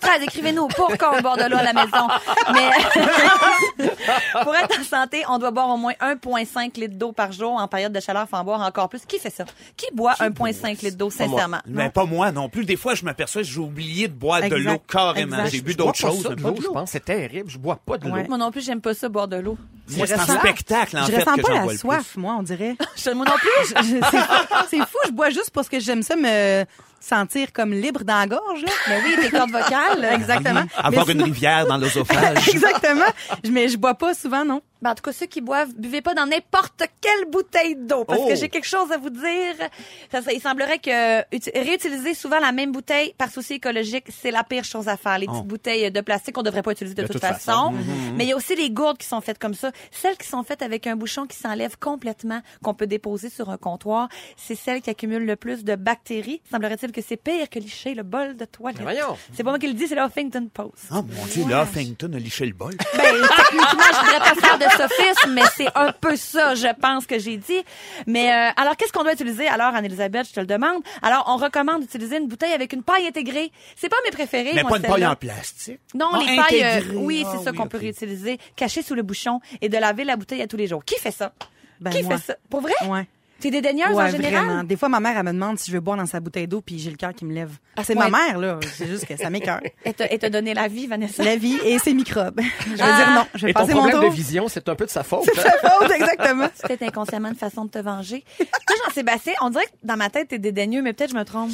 Speaker 2: 13 écrivez-nous pourquoi on boit de l'eau à la maison. Mais pour être en santé, on doit boire au moins 1,5 litre d'eau par jour. En période de chaleur, faut en boire encore plus. Qui fait ça? Qui boit 1,5 litre d'eau,
Speaker 3: Pas moi.
Speaker 2: sincèrement?
Speaker 3: Mais pas moi non plus. Des fois, je m'aperçois, j'ai oublié de boire de
Speaker 6: Exact.
Speaker 3: l'eau carrément.
Speaker 6: Exact.
Speaker 3: J'ai
Speaker 5: Ah,
Speaker 3: bu
Speaker 5: Je bois
Speaker 3: d'autres
Speaker 5: pas
Speaker 3: choses.
Speaker 5: ça, de
Speaker 3: mais pas
Speaker 5: l'eau,
Speaker 3: de
Speaker 5: je
Speaker 3: l'eau.
Speaker 5: pense. C'est terrible. Je bois pas de l'eau.
Speaker 6: Ouais.
Speaker 2: Moi non plus, j'aime pas ça, boire de l'eau.
Speaker 3: Moi, c'est
Speaker 6: Je
Speaker 3: un
Speaker 6: ressens-
Speaker 3: spectacle, en
Speaker 6: Je
Speaker 3: fait,
Speaker 6: ressens
Speaker 3: que
Speaker 6: pas
Speaker 3: j'en
Speaker 6: la
Speaker 3: bois le
Speaker 6: soif,
Speaker 3: plus.
Speaker 6: moi, on dirait.
Speaker 2: Je- Moi non plus.
Speaker 6: Je- c'est fou- c'est fou, je bois juste parce que j'aime ça me sentir comme libre dans la gorge. Là.
Speaker 2: Mais oui, tes cordes vocales.
Speaker 6: Exactement.
Speaker 3: Avoir
Speaker 6: Mais
Speaker 5: Ah,
Speaker 3: une rivière dans l'œsophage.
Speaker 6: Exactement. Je- Mais je bois pas souvent, non.
Speaker 2: Ben, en tout cas, ceux qui boivent, buvez pas dans n'importe quelle bouteille d'eau, parce
Speaker 3: Oh.
Speaker 2: que j'ai quelque chose à vous dire. Ça, ça- il semblerait que uti- réutiliser souvent la même bouteille par souci écologique, c'est la pire chose à faire. Les petites bouteilles de plastique, on devrait pas utiliser de, toute, façon. Mais il y a aussi les gourdes qui sont faites comme ça. Celles qui sont faites avec un bouchon qui s'enlève complètement, qu'on peut déposer sur un comptoir, c'est celles qui accumulent le plus de bactéries. Semblerait-il que c'est pire que licher le bol de toilette.
Speaker 5: Mais voyons.
Speaker 2: C'est pas moi qui le dis, c'est le Huffington Post.
Speaker 3: Ah, mon Dieu, là, Huffington a liché le bol.
Speaker 2: Ben, techniquement, je voudrais pas faire de sophisme, mais c'est un peu ça, je pense, que j'ai dit. Mais euh, alors, qu'est-ce qu'on doit utiliser? Alors, Anne-Elisabeth, je te le demande. Alors, on recommande d'utiliser une bouteille avec une paille intégrée. C'est pas mes préférés.
Speaker 3: Mais
Speaker 2: moi,
Speaker 3: pas une paille
Speaker 2: celle-là.
Speaker 3: en plastique.
Speaker 2: Non,
Speaker 3: Ah,
Speaker 2: les pailles, euh,
Speaker 3: intégrée.
Speaker 2: oui,
Speaker 3: Ah,
Speaker 2: c'est ça
Speaker 3: oui,
Speaker 2: qu'on
Speaker 3: ok.
Speaker 2: peut réutiliser, cacher sous le bouchon et de laver la bouteille à tous les jours. Qui fait ça?
Speaker 6: Ben,
Speaker 2: Qui
Speaker 6: moi.
Speaker 2: fait ça? Pour vrai?
Speaker 6: Ouais.
Speaker 2: T'es dédaigneuse en
Speaker 6: Ouais,
Speaker 2: général?
Speaker 6: vraiment. Des fois, ma mère, elle me demande si je veux boire dans sa bouteille d'eau, puis j'ai le cœur qui me lève. c'est
Speaker 2: point.
Speaker 6: ma mère, là. C'est juste que ça m'écœure.
Speaker 2: Elle t'a- elle t'a donné la vie, Vanessa.
Speaker 6: La vie et ses microbes. je vais
Speaker 2: Ah.
Speaker 6: dire non. Je vais
Speaker 5: Et ton
Speaker 6: passer mon
Speaker 5: problème
Speaker 6: tour.
Speaker 5: de vision, c'est un peu de sa faute. hein?
Speaker 6: C'est faute, exactement.
Speaker 2: C'est peut-être inconsciemment une façon de te venger. Toi, Jean-Sébastien, on dirait que dans ma tête, t'es dédaigneux, mais peut-être je me trompe.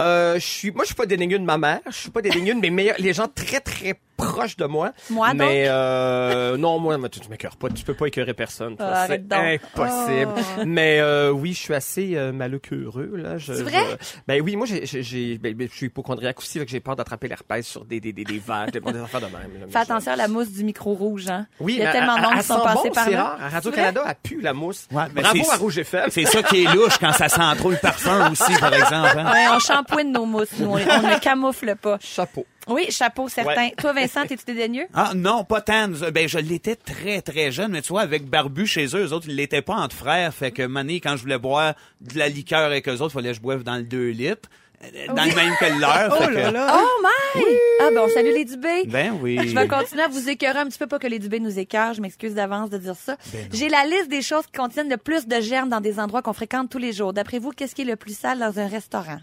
Speaker 5: Euh, je suis, moi, je suis pas dédaigneux de ma mère. Je suis pas dédaigneux de mes meilleurs, les gens très très proches de moi.
Speaker 2: Moi, donc?
Speaker 5: Mais euh, non, moi, moi, tu, tu m'écœures pas. Tu peux pas écœurer personne. toi.
Speaker 2: Ah, arrête
Speaker 5: c'est
Speaker 2: donc. Oh.
Speaker 5: impossible. Mais euh, oui, je suis assez euh, malheureux là. Je-
Speaker 2: C'est vrai?
Speaker 5: je- ben oui, moi, j'ai, j'ai, j'ai- ben, ben, je suis hypochondriaque aussi, fait que j'ai peur d'attraper l'herpès sur des des des, des vagues, des, des affaires de même. là. Mais
Speaker 2: Fais
Speaker 5: je-
Speaker 2: attention à la mousse du micro rouge, hein.
Speaker 5: Oui,
Speaker 2: Il y a
Speaker 5: mais
Speaker 2: tellement de
Speaker 5: à- à-
Speaker 2: monde
Speaker 5: à
Speaker 2: qui sont
Speaker 5: Sambon,
Speaker 2: passés par
Speaker 5: c'est
Speaker 2: là.
Speaker 5: rare. À Radio-Canada, elle pue la mousse.
Speaker 3: Ouais, mais
Speaker 5: Bravo
Speaker 3: c'est-
Speaker 5: à Rouge FM.
Speaker 3: C'est ça qui est louche quand ça sent trop le parfum aussi, par exemple. hein.
Speaker 2: Ouais, on shampooine nos mousses, nous. On, on ne camoufle pas.
Speaker 5: Chapeau.
Speaker 2: Oui, chapeau, certain.
Speaker 5: Ouais.
Speaker 2: Toi, Vincent, t'es-tu dédaigneux?
Speaker 3: Ah non, pas tant. Nous- Ben je l'étais très très jeune, mais tu vois avec Barbu chez eux, eux autres ils l'étaient pas entre frères, fait que mané quand je voulais boire de la liqueur avec eux autres, fallait que je boive dans le 2 litres, euh, dans le même que leur. fait
Speaker 6: Oh
Speaker 3: que-
Speaker 6: là là.
Speaker 2: Oh my! Ah ben, on salue les Dubé.
Speaker 3: Ben oui.
Speaker 2: Je vais continuer à vous écœurer un petit peu, pas que les Dubé nous écœurent, je m'excuse d'avance de dire ça. J'ai la liste des choses qui contiennent le plus de germes dans des endroits qu'on fréquente tous les jours. D'après vous, qu'est-ce qui est le plus sale dans un restaurant?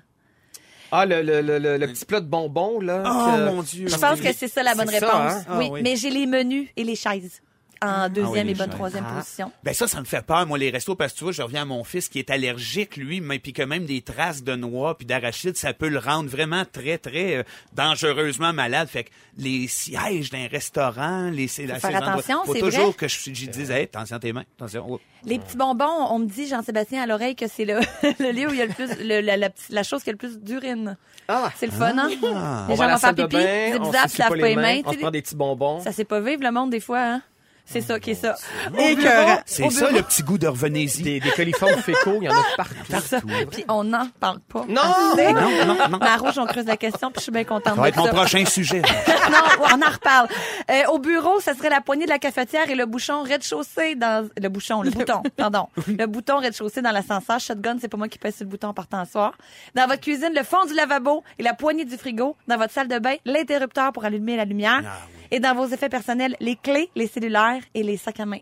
Speaker 5: Ah, le, le, le, le, le petit plat de bonbons, là.
Speaker 3: Oh
Speaker 5: que-
Speaker 3: mon Dieu.
Speaker 2: Euh, Je pense que c'est ça la bonne
Speaker 5: C'est ça,
Speaker 2: réponse.
Speaker 5: hein?
Speaker 3: Ah,
Speaker 2: oui,
Speaker 3: oui.
Speaker 2: mais j'ai les menus et les chaises en deuxième
Speaker 3: les
Speaker 2: et bonne
Speaker 3: chaises.
Speaker 2: troisième position.
Speaker 3: Ben ça, ça me fait peur, moi, les restos, parce que tu vois, je reviens à mon fils qui est allergique, lui, mais puis que même des traces de noix puis d'arachide, ça peut le rendre vraiment très, très euh, dangereusement malade. Fait que les sièges d'un restaurant, les c'est
Speaker 2: faire attention,
Speaker 3: faut
Speaker 2: c'est
Speaker 3: toujours
Speaker 2: vrai.
Speaker 3: que je, je dise, Hey, attention à tes mains, attention. Oh.
Speaker 2: Les petits bonbons, on me dit, Jean-Sébastien, à l'oreille, que c'est le, le lieu où il y a le plus, le- la, la petite- la chose qui a le plus d'urine.
Speaker 5: Ah.
Speaker 2: C'est le fun, hein? Les
Speaker 5: On va
Speaker 2: gens
Speaker 5: à la
Speaker 2: vont faire
Speaker 5: salle de
Speaker 2: pipi,
Speaker 5: bain, on
Speaker 2: zip-zap,
Speaker 5: se
Speaker 2: se
Speaker 5: lave
Speaker 2: lavent pas les mains.
Speaker 5: on se
Speaker 2: tu sais.
Speaker 5: prend des petits bonbons.
Speaker 2: Ça sait pas vivre, le monde, des fois, hein? C'est ça qui est ça. Au bureau,
Speaker 6: Écœurant.
Speaker 3: C'est
Speaker 2: au
Speaker 3: ça
Speaker 2: bureau,
Speaker 3: le petit goût de revenez-y.
Speaker 5: Des, des coliformes fécaux, il y en a partout.
Speaker 2: ça. Puis on n'en parle pas.
Speaker 5: Non!
Speaker 2: Assez.
Speaker 3: Non, non, non.
Speaker 2: Ma rouge, on creuse la question, puis je suis bien contente
Speaker 3: Ça va
Speaker 2: de
Speaker 3: être mon
Speaker 2: ça.
Speaker 3: prochain sujet.
Speaker 2: non, on en reparle. Euh, au bureau, ça serait la poignée de la cafetière et le bouchon rez-de-chaussée dans le bouchon, le bouton, pardon, le bouton rez-de-chaussée dans l'ascenseur. Shotgun, c'est pas moi qui pèse sur le bouton en partant le soir. Dans votre cuisine, le fond du lavabo et la poignée du frigo. Dans votre salle de bain, l'interrupteur pour allumer la lumière.
Speaker 3: Ah
Speaker 2: Et dans vos effets personnels, les clés, les cellulaires et les sacs à main.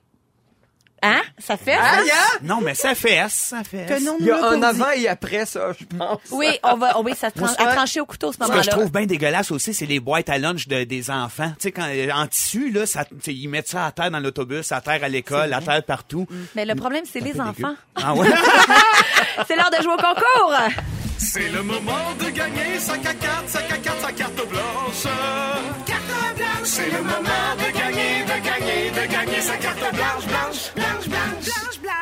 Speaker 2: Hein? Ça fait?
Speaker 3: Ah,
Speaker 2: ça?
Speaker 3: non, mais ça fesse, ça fesse.
Speaker 6: Tenons-nous
Speaker 5: Il y a
Speaker 6: là
Speaker 5: un
Speaker 6: pour
Speaker 5: avant et après, ça, je pense.
Speaker 2: Oui, on va, oh oui, ça se tran- à trancher au couteau ce
Speaker 3: Ce que
Speaker 2: moment-là.
Speaker 3: je trouve bien dégueulasse aussi, c'est les boîtes à lunch de- des enfants. Tu sais, quand, euh, en tissu, là, ça, tu sais, ils mettent ça à terre dans l'autobus, à terre à l'école, à terre partout.
Speaker 2: Mais le problème, c'est les
Speaker 3: dégueu.
Speaker 2: enfants.
Speaker 3: Ah ouais?
Speaker 2: C'est l'heure de jouer au concours!
Speaker 4: C'est le moment de gagner 5 à 4, 5 à 4, sa carte blanche. Carte blanche, c'est le moment de gagner, de gagner, de gagner sa carte blanche, blanche, blanche, blanche,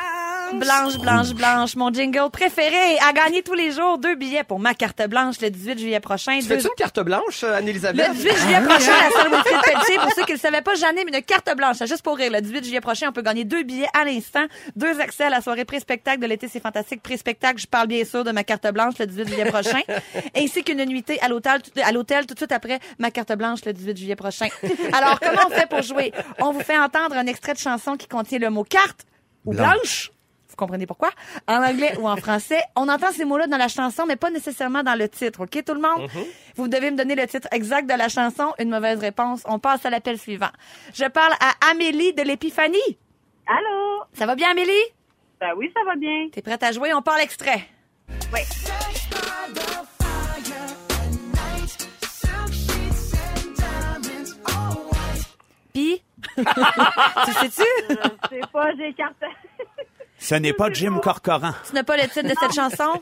Speaker 2: Blanche, blanche, blanche, mon jingle préféré. À gagner tous les jours deux billets pour ma carte blanche le 18 juillet prochain.
Speaker 5: Tu
Speaker 2: Deux-
Speaker 5: fais-tu une carte blanche, euh, Anne-Elisabeth?
Speaker 2: Le 18 juillet prochain, à la salle Wilfrid Pelletier, pour ceux qui ne le savaient pas, j'anime une carte blanche. Juste pour rire, le 18 juillet prochain, on peut gagner deux billets à l'instant, deux accès à la soirée pré-spectacle de l'été, c'est fantastique. Pré-spectacle, je parle bien sûr de ma carte blanche le 18 juillet prochain, ainsi qu'une nuitée à l'hôtel, à l'hôtel tout de suite après ma carte blanche le 18 juillet prochain. Alors, comment on fait pour jouer? On vous fait entendre un extrait de chanson qui contient le mot carte ou blanche. Vous comprenez pourquoi? En anglais ou en français, on entend ces mots-là dans la chanson, mais pas nécessairement dans le titre, OK, tout le monde? Vous devez me donner le titre exact de la chanson. Une mauvaise réponse, on passe à l'appel suivant. Je parle à Amélie de l'Épiphanie.
Speaker 7: Allô?
Speaker 2: Ça va bien, Amélie?
Speaker 7: Ben oui, ça va bien.
Speaker 2: T'es prête à jouer? On parle extrait. Puis, tu le sais-tu?
Speaker 7: Je sais pas, j'ai carte.
Speaker 3: Ce n'est pas Jim Corcoran.
Speaker 2: Tu n'as pas le titre de cette chanson?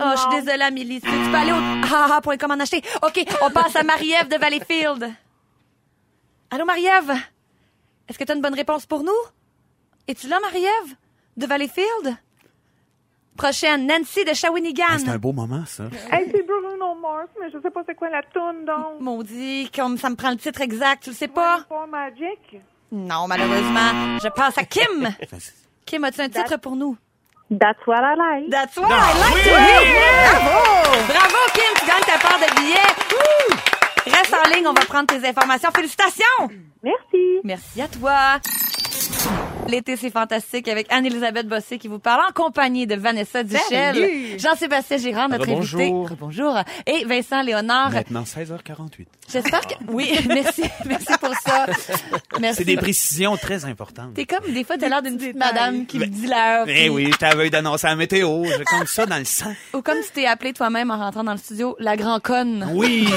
Speaker 2: Oh, je suis désolée, Amélie. Tu tu peux aller au haha.com en acheter. OK, on passe à Marie-Ève de Valleyfield. Allô, Marie-Ève? Est-ce que tu as une bonne réponse pour nous? Es-tu là, Marie-Ève? De Valleyfield? Prochaine, Nancy de Shawinigan.
Speaker 3: C'est un beau moment, ça.
Speaker 8: Hey, c'est Bruno Mars, mais je sais pas c'est quoi la toune, donc.
Speaker 2: Maudit, comme ça me prend le titre exact, tu le sais
Speaker 7: Ah.
Speaker 2: pas?
Speaker 8: Pas Magic.
Speaker 2: Non, malheureusement. Je pense à Kim. Kim, as-tu un titre pour nous?
Speaker 7: That's what I like.
Speaker 2: That's what I like to hear. Ah Bravo! Bravo, Kim, tu gagnes ta part de billets. Reste en ligne, on va prendre tes informations. Félicitations!
Speaker 7: Merci.
Speaker 2: Merci à toi. L'été, c'est fantastique avec Anne-Elisabeth Bossé qui vous parle en compagnie de Vanessa Duchel, Jean-Sébastien Girard, notre
Speaker 5: Rebonjour.
Speaker 2: invité. Bonjour. Et Vincent Léonard.
Speaker 3: Maintenant, 16h48.
Speaker 2: J'espère que... Oui, merci. Merci pour ça. Merci.
Speaker 3: C'est des précisions très importantes.
Speaker 2: T'es comme, des fois, t'as l'air d'une petite
Speaker 6: détails.
Speaker 2: madame qui me dit l'heure.
Speaker 3: Eh
Speaker 2: puis-
Speaker 3: oui, je t'avais d'annoncer la météo. Je compte ça dans le sang.
Speaker 2: Ou comme tu t'es appelé toi-même en rentrant dans le studio, la grand conne.
Speaker 3: Oui!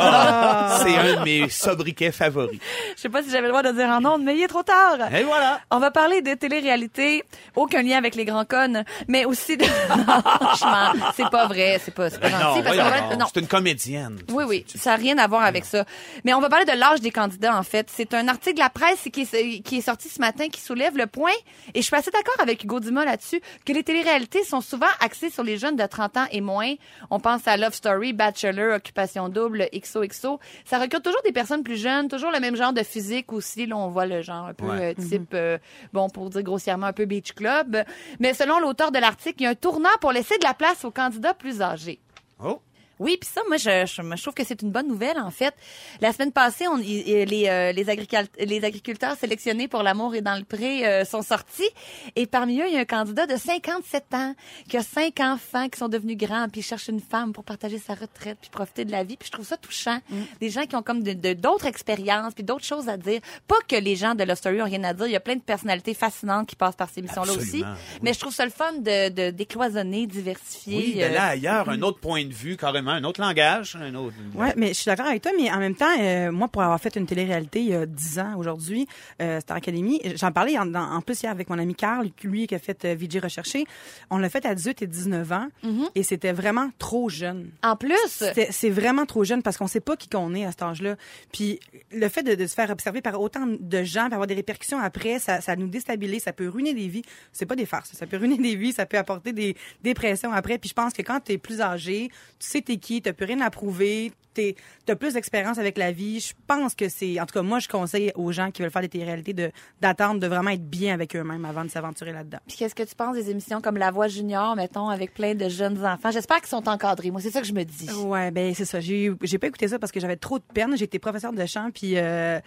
Speaker 3: Ah, c'est un de mes sobriquets favoris.
Speaker 2: Je sais pas si j'avais le droit de dire en ondes, mais il est trop tard.
Speaker 3: Et voilà!
Speaker 2: On va parler de télé-réalité, aucun lien avec les grands connes, mais aussi de... Non, franchement, c'est pas vrai, c'est pas, c'est pas
Speaker 3: Ben non,
Speaker 2: gentil. parce
Speaker 3: voyons
Speaker 2: qu'en fait,
Speaker 3: donc, c'est une comédienne.
Speaker 2: Oui, oui, ça n'a rien à voir avec ça. Mais on va parler de l'âge des candidats, en fait. C'est un article de la presse qui est, qui est sorti ce matin qui soulève le point, et je suis assez d'accord avec Hugo Dumas là-dessus, que les téléréalités sont souvent axées sur les jeunes de 30 ans et moins. On pense à Love Story, Bachelor, Occupation Double, XOXO. Ça recrute toujours des personnes plus jeunes, toujours le même genre de physique aussi. Là, on voit le genre un peu
Speaker 3: Ouais.
Speaker 2: euh, type, euh, bon, pour dire grossièrement, un peu Beach Club. Mais selon l'auteur de l'article, il y a un tournant pour laisser de la place aux candidats plus âgés.
Speaker 3: Oh!
Speaker 2: Oui, puis ça, moi, je, je, moi, je trouve que c'est une bonne nouvelle, en fait. La semaine passée, on, y- y- les, euh, les, agricult- les agriculteurs sélectionnés pour l'amour et dans le pré euh, sont sortis. Et parmi eux, il y a un candidat de 57 ans qui a cinq enfants qui sont devenus grands, puis il cherche une femme pour partager sa retraite, puis profiter de la vie. Puis je trouve ça touchant.
Speaker 3: Mm.
Speaker 2: Des gens qui ont comme de- de- d'autres expériences, puis d'autres choses à dire. Pas que les gens de Love Story ont rien à dire. Il y a plein de personnalités fascinantes qui passent par ces émissions-là aussi.
Speaker 3: Absolument, oui.
Speaker 2: Mais je trouve ça le fun de, de décloisonner, diversifier.
Speaker 3: Oui,
Speaker 2: euh,
Speaker 3: de là ailleurs, un autre point de vue, carrément, un autre langage, un autre.
Speaker 6: Ouais, mais je suis d'accord avec toi, mais en même temps, euh, moi, pour avoir fait une télé-réalité il y a 10 ans aujourd'hui, euh, Star Academy, j'en parlais en, en- en plus hier avec mon ami Carl, lui qui a fait euh, VJ Recherché. On l'a fait à 18 et 19 ans,
Speaker 2: Mm-hmm.
Speaker 6: et c'était vraiment trop jeune.
Speaker 2: En plus,
Speaker 6: C'était- C'est vraiment trop jeune parce qu'on sait pas qui qu'on est à cet âge-là. Puis le fait de, de se faire observer par autant de gens, puis avoir des répercussions après, ça, ça nous déstabilise, ça peut ruiner des vies. C'est pas des farces, ça peut ruiner des vies, ça peut apporter des dépressions après. Puis je pense que quand t'es plus âgé, tu sais t'es qui, t'as plus rien à prouver, t'es- t'as plus d'expérience avec la vie. Je pense que c'est, en tout cas moi, je conseille aux gens qui veulent faire des téléréalités de d'attendre, de vraiment être bien avec eux-mêmes avant de s'aventurer là-dedans.
Speaker 2: Puis qu'est-ce que tu penses des émissions comme La Voix Junior, mettons, avec plein de jeunes enfants? J'espère qu'ils sont encadrés. Moi, c'est ça que je me dis.
Speaker 6: Ouais, ben c'est ça. J'ai j'ai pas écouté ça parce que j'avais trop de peine. J'étais professeur de chant, puis euh,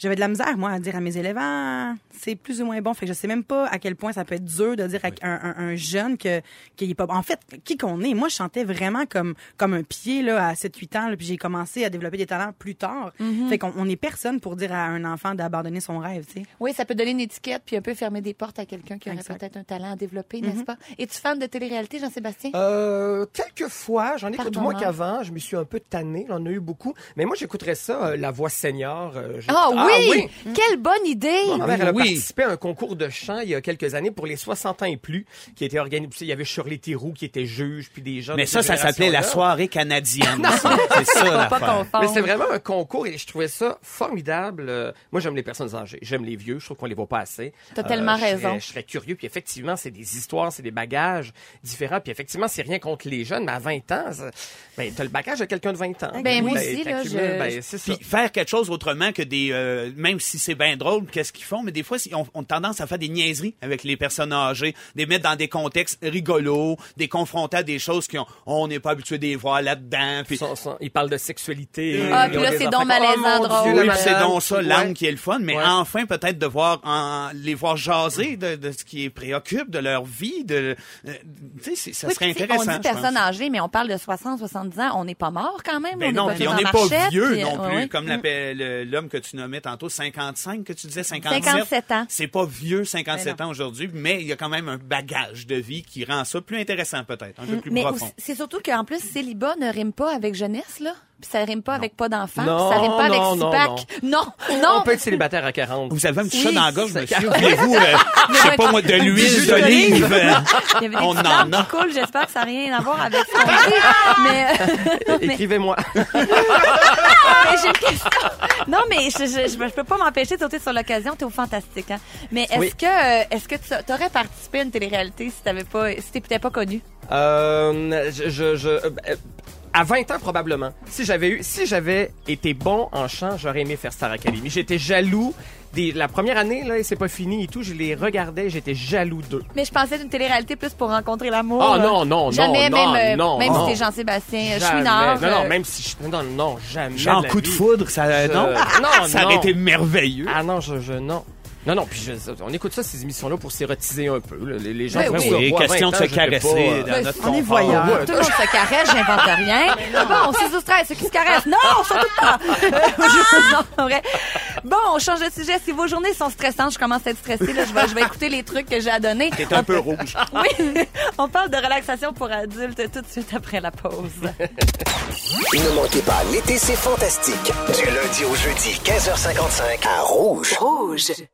Speaker 6: j'avais de la misère, moi, à dire à mes élèves, Ah, c'est plus ou moins bon. Fait que je sais même pas à quel point ça peut être dur de dire à un, un- un jeune que qu'il est pas. bon. En fait, qui qu'on est, moi, je chantais vraiment comme comme un pied là à 7-8 ans, là, puis j'ai commencé à développer des talents plus tard. Fait qu'on on est personne pour dire à un enfant d'abandonner son rêve, tu sais.
Speaker 2: Oui, ça peut donner une étiquette puis un peu fermer des portes à quelqu'un qui aurait
Speaker 6: Exact.
Speaker 2: peut-être un talent à développer, n'est-ce pas? Es-tu fan de télé-réalité, Jean-Sébastien?
Speaker 3: Ah,
Speaker 5: Euh, quelques fois, j'en écoute
Speaker 2: Pardon,
Speaker 5: moins
Speaker 2: hein.
Speaker 5: qu'avant. Je me suis un peu tanné, j'en ai eu beaucoup. Mais moi, j'écouterais ça, euh, La Voix Senior. euh, je-
Speaker 2: Ah,
Speaker 5: Ah
Speaker 2: oui!
Speaker 5: oui!
Speaker 2: Quelle bonne idée!
Speaker 5: Ma mère, elle a
Speaker 3: Oui.
Speaker 5: participé à un concours de chant il y a quelques années pour les 60 ans et plus, qui était organisé. Il y avait Shirley Theroux qui était juge, puis des gens.
Speaker 3: Mais
Speaker 5: de
Speaker 3: ça,
Speaker 5: cette
Speaker 3: ça s'appelait la
Speaker 5: génération-là.
Speaker 3: soirée canadienne. ça. c'est ça,
Speaker 2: Faut pas
Speaker 3: l'affaire.
Speaker 2: confondre.
Speaker 5: Mais c'est vraiment un concours et je trouvais ça formidable. Euh, moi, j'aime les personnes âgées, j'aime les vieux, je trouve qu'on les voit pas assez. Euh,
Speaker 2: T'as tellement
Speaker 5: je serais-
Speaker 2: raison.
Speaker 5: Je serais curieux, puis effectivement, c'est des histoires, c'est des bagages différents, puis effectivement, c'est rien contre les jeunes, mais à 20 ans, ça- ben, t'as le bagage de quelqu'un de 20 ans.
Speaker 2: Ben, moi aussi, là,
Speaker 5: t'accumules,
Speaker 2: je-
Speaker 5: ben, c'est ça.
Speaker 3: Puis faire quelque chose autrement que des... euh, même si c'est bien drôle, qu'est-ce qu'ils font, mais des fois, si- on, on a tendance à faire des niaiseries avec les personnes âgées, des mettre dans des contextes rigolos, des confronter à des choses qu'on on n'est pas habitué de les voir là-dedans. Puis,
Speaker 5: Son- son- ils parlent de sexualité.
Speaker 2: Ah,
Speaker 5: ils
Speaker 2: puis
Speaker 5: ont
Speaker 2: là,
Speaker 5: des
Speaker 2: c'est
Speaker 5: enfants. Oh,
Speaker 2: donc malaisant,
Speaker 5: mon
Speaker 2: drôle.
Speaker 5: Dieu, la
Speaker 3: Oh, Oui,
Speaker 2: là,
Speaker 3: puis c'est
Speaker 5: madame.
Speaker 3: donc ça, l'âme
Speaker 5: Ouais.
Speaker 3: qui est le fun, mais
Speaker 5: Ouais.
Speaker 3: enfin peut-être de voir en- les voir jaser de, de ce qui les préoccupe, de leur vie, de euh, tu sais, c'est- ça
Speaker 2: Oui,
Speaker 3: serait
Speaker 2: puis, tu sais,
Speaker 3: intéressant.
Speaker 2: On
Speaker 3: je
Speaker 2: dit
Speaker 3: pense.
Speaker 2: personne âgée, mais on parle de 60, 70 ans. On n'est pas mort quand même.
Speaker 3: Ben non,
Speaker 2: pas
Speaker 3: puis
Speaker 2: mis
Speaker 3: on
Speaker 2: en
Speaker 3: n'est pas
Speaker 2: marchette,
Speaker 3: vieux
Speaker 2: puis,
Speaker 3: non
Speaker 2: euh,
Speaker 3: plus,
Speaker 2: oui.
Speaker 3: comme l'appel- le- l'homme que tu nommais tantôt, 55, que tu disais 57.
Speaker 2: 57 ans.
Speaker 3: C'est pas vieux 57
Speaker 2: Ben
Speaker 3: ans aujourd'hui, mais il y a quand même un bagage de vie qui rend ça plus intéressant peut-être, un peu plus
Speaker 2: Mm, Mais
Speaker 3: profond.
Speaker 2: aussi- c'est surtout qu'en plus, célibat ne rime pas avec jeunesse, là. Puis ça rime pas avec pas d'enfant. Puis
Speaker 5: Non,
Speaker 2: ça rime pas
Speaker 5: non,
Speaker 2: avec
Speaker 5: non,
Speaker 2: six-pack. Non, non.
Speaker 5: On peut être célibataire à 40.
Speaker 3: Vous avez un petit
Speaker 2: Oui,
Speaker 3: chat dans la gorge,
Speaker 5: c'est-
Speaker 3: monsieur. Voulez-vous, euh, je sais pas moi, de l'huile
Speaker 5: jus d'olive.
Speaker 3: d'olive? euh,
Speaker 2: Il y avait des
Speaker 3: On
Speaker 2: petites
Speaker 3: en
Speaker 2: larmes
Speaker 3: a.
Speaker 2: qui coulent. J'espère que ça n'a rien à voir avec ce qu'on dit. Mais,
Speaker 5: Écrivez-moi.
Speaker 2: euh, mais j'ai une question. Non, mais je, je, je, je peux pas m'empêcher de sauter sur l'occasion. T'es au fantastique, hein. Mais est-ce
Speaker 5: Oui.
Speaker 2: que, euh, est-ce que tu aurais participé à une télé-réalité si t'avais pas, si t'étais pas connu?
Speaker 5: Euh, je, je, je- euh, euh, à 20 ans probablement. Si j'avais eu, si j'avais été bon en chant, j'aurais aimé faire Star Academy. J'étais jaloux. Des, la première année là, et c'est pas fini et tout. Je les regardais, j'étais jaloux d'eux.
Speaker 2: Mais je pensais d'une télé-réalité plus pour rencontrer l'amour.
Speaker 5: Oh
Speaker 2: là.
Speaker 5: non non
Speaker 2: Jamais,
Speaker 5: non
Speaker 2: même, euh,
Speaker 5: non non
Speaker 2: même
Speaker 5: non.
Speaker 2: si t'es Jean-Sébastien
Speaker 5: Jamais.
Speaker 2: Chouinard.
Speaker 5: Non non
Speaker 2: euh,
Speaker 5: même si je, non non jamais.
Speaker 3: Genre
Speaker 5: la
Speaker 3: coup de
Speaker 5: vie.
Speaker 3: foudre, ça,
Speaker 5: Je-
Speaker 3: non?
Speaker 5: non,
Speaker 3: ça
Speaker 5: non.
Speaker 3: aurait été merveilleux.
Speaker 5: Ah non je, je non. Non, non, puis je- on écoute ça, ces émissions-là, pour s'érotiser un peu. là. Les, les gens
Speaker 2: Ben
Speaker 5: font
Speaker 2: oui.
Speaker 5: ça.
Speaker 3: C'est
Speaker 5: Moi, à
Speaker 3: question de
Speaker 5: 20
Speaker 3: se
Speaker 5: ans, j'étais
Speaker 3: caresser
Speaker 5: pas, euh,
Speaker 3: dans
Speaker 2: ben,
Speaker 3: notre
Speaker 6: on est
Speaker 3: confort.
Speaker 6: voyeur.
Speaker 5: Ah Ouais.
Speaker 2: Tout le monde se caresse, j'invente rien. Bon, c'est distrait, ceux qui se caressent. Non, surtout pas. Euh, non, en vrai. Bon, on change de sujet. Si vos journées sont stressantes, je commence à être stressée. Là, je, vais, je vais écouter les trucs que j'ai à donner.
Speaker 3: T'es un peu rouge.
Speaker 2: Oui, on parle de relaxation pour adultes tout de suite après la pause.
Speaker 1: Ne manquez pas, l'été, c'est fantastique. Du lundi au jeudi, 15h55, à Rouge.
Speaker 9: Rouge.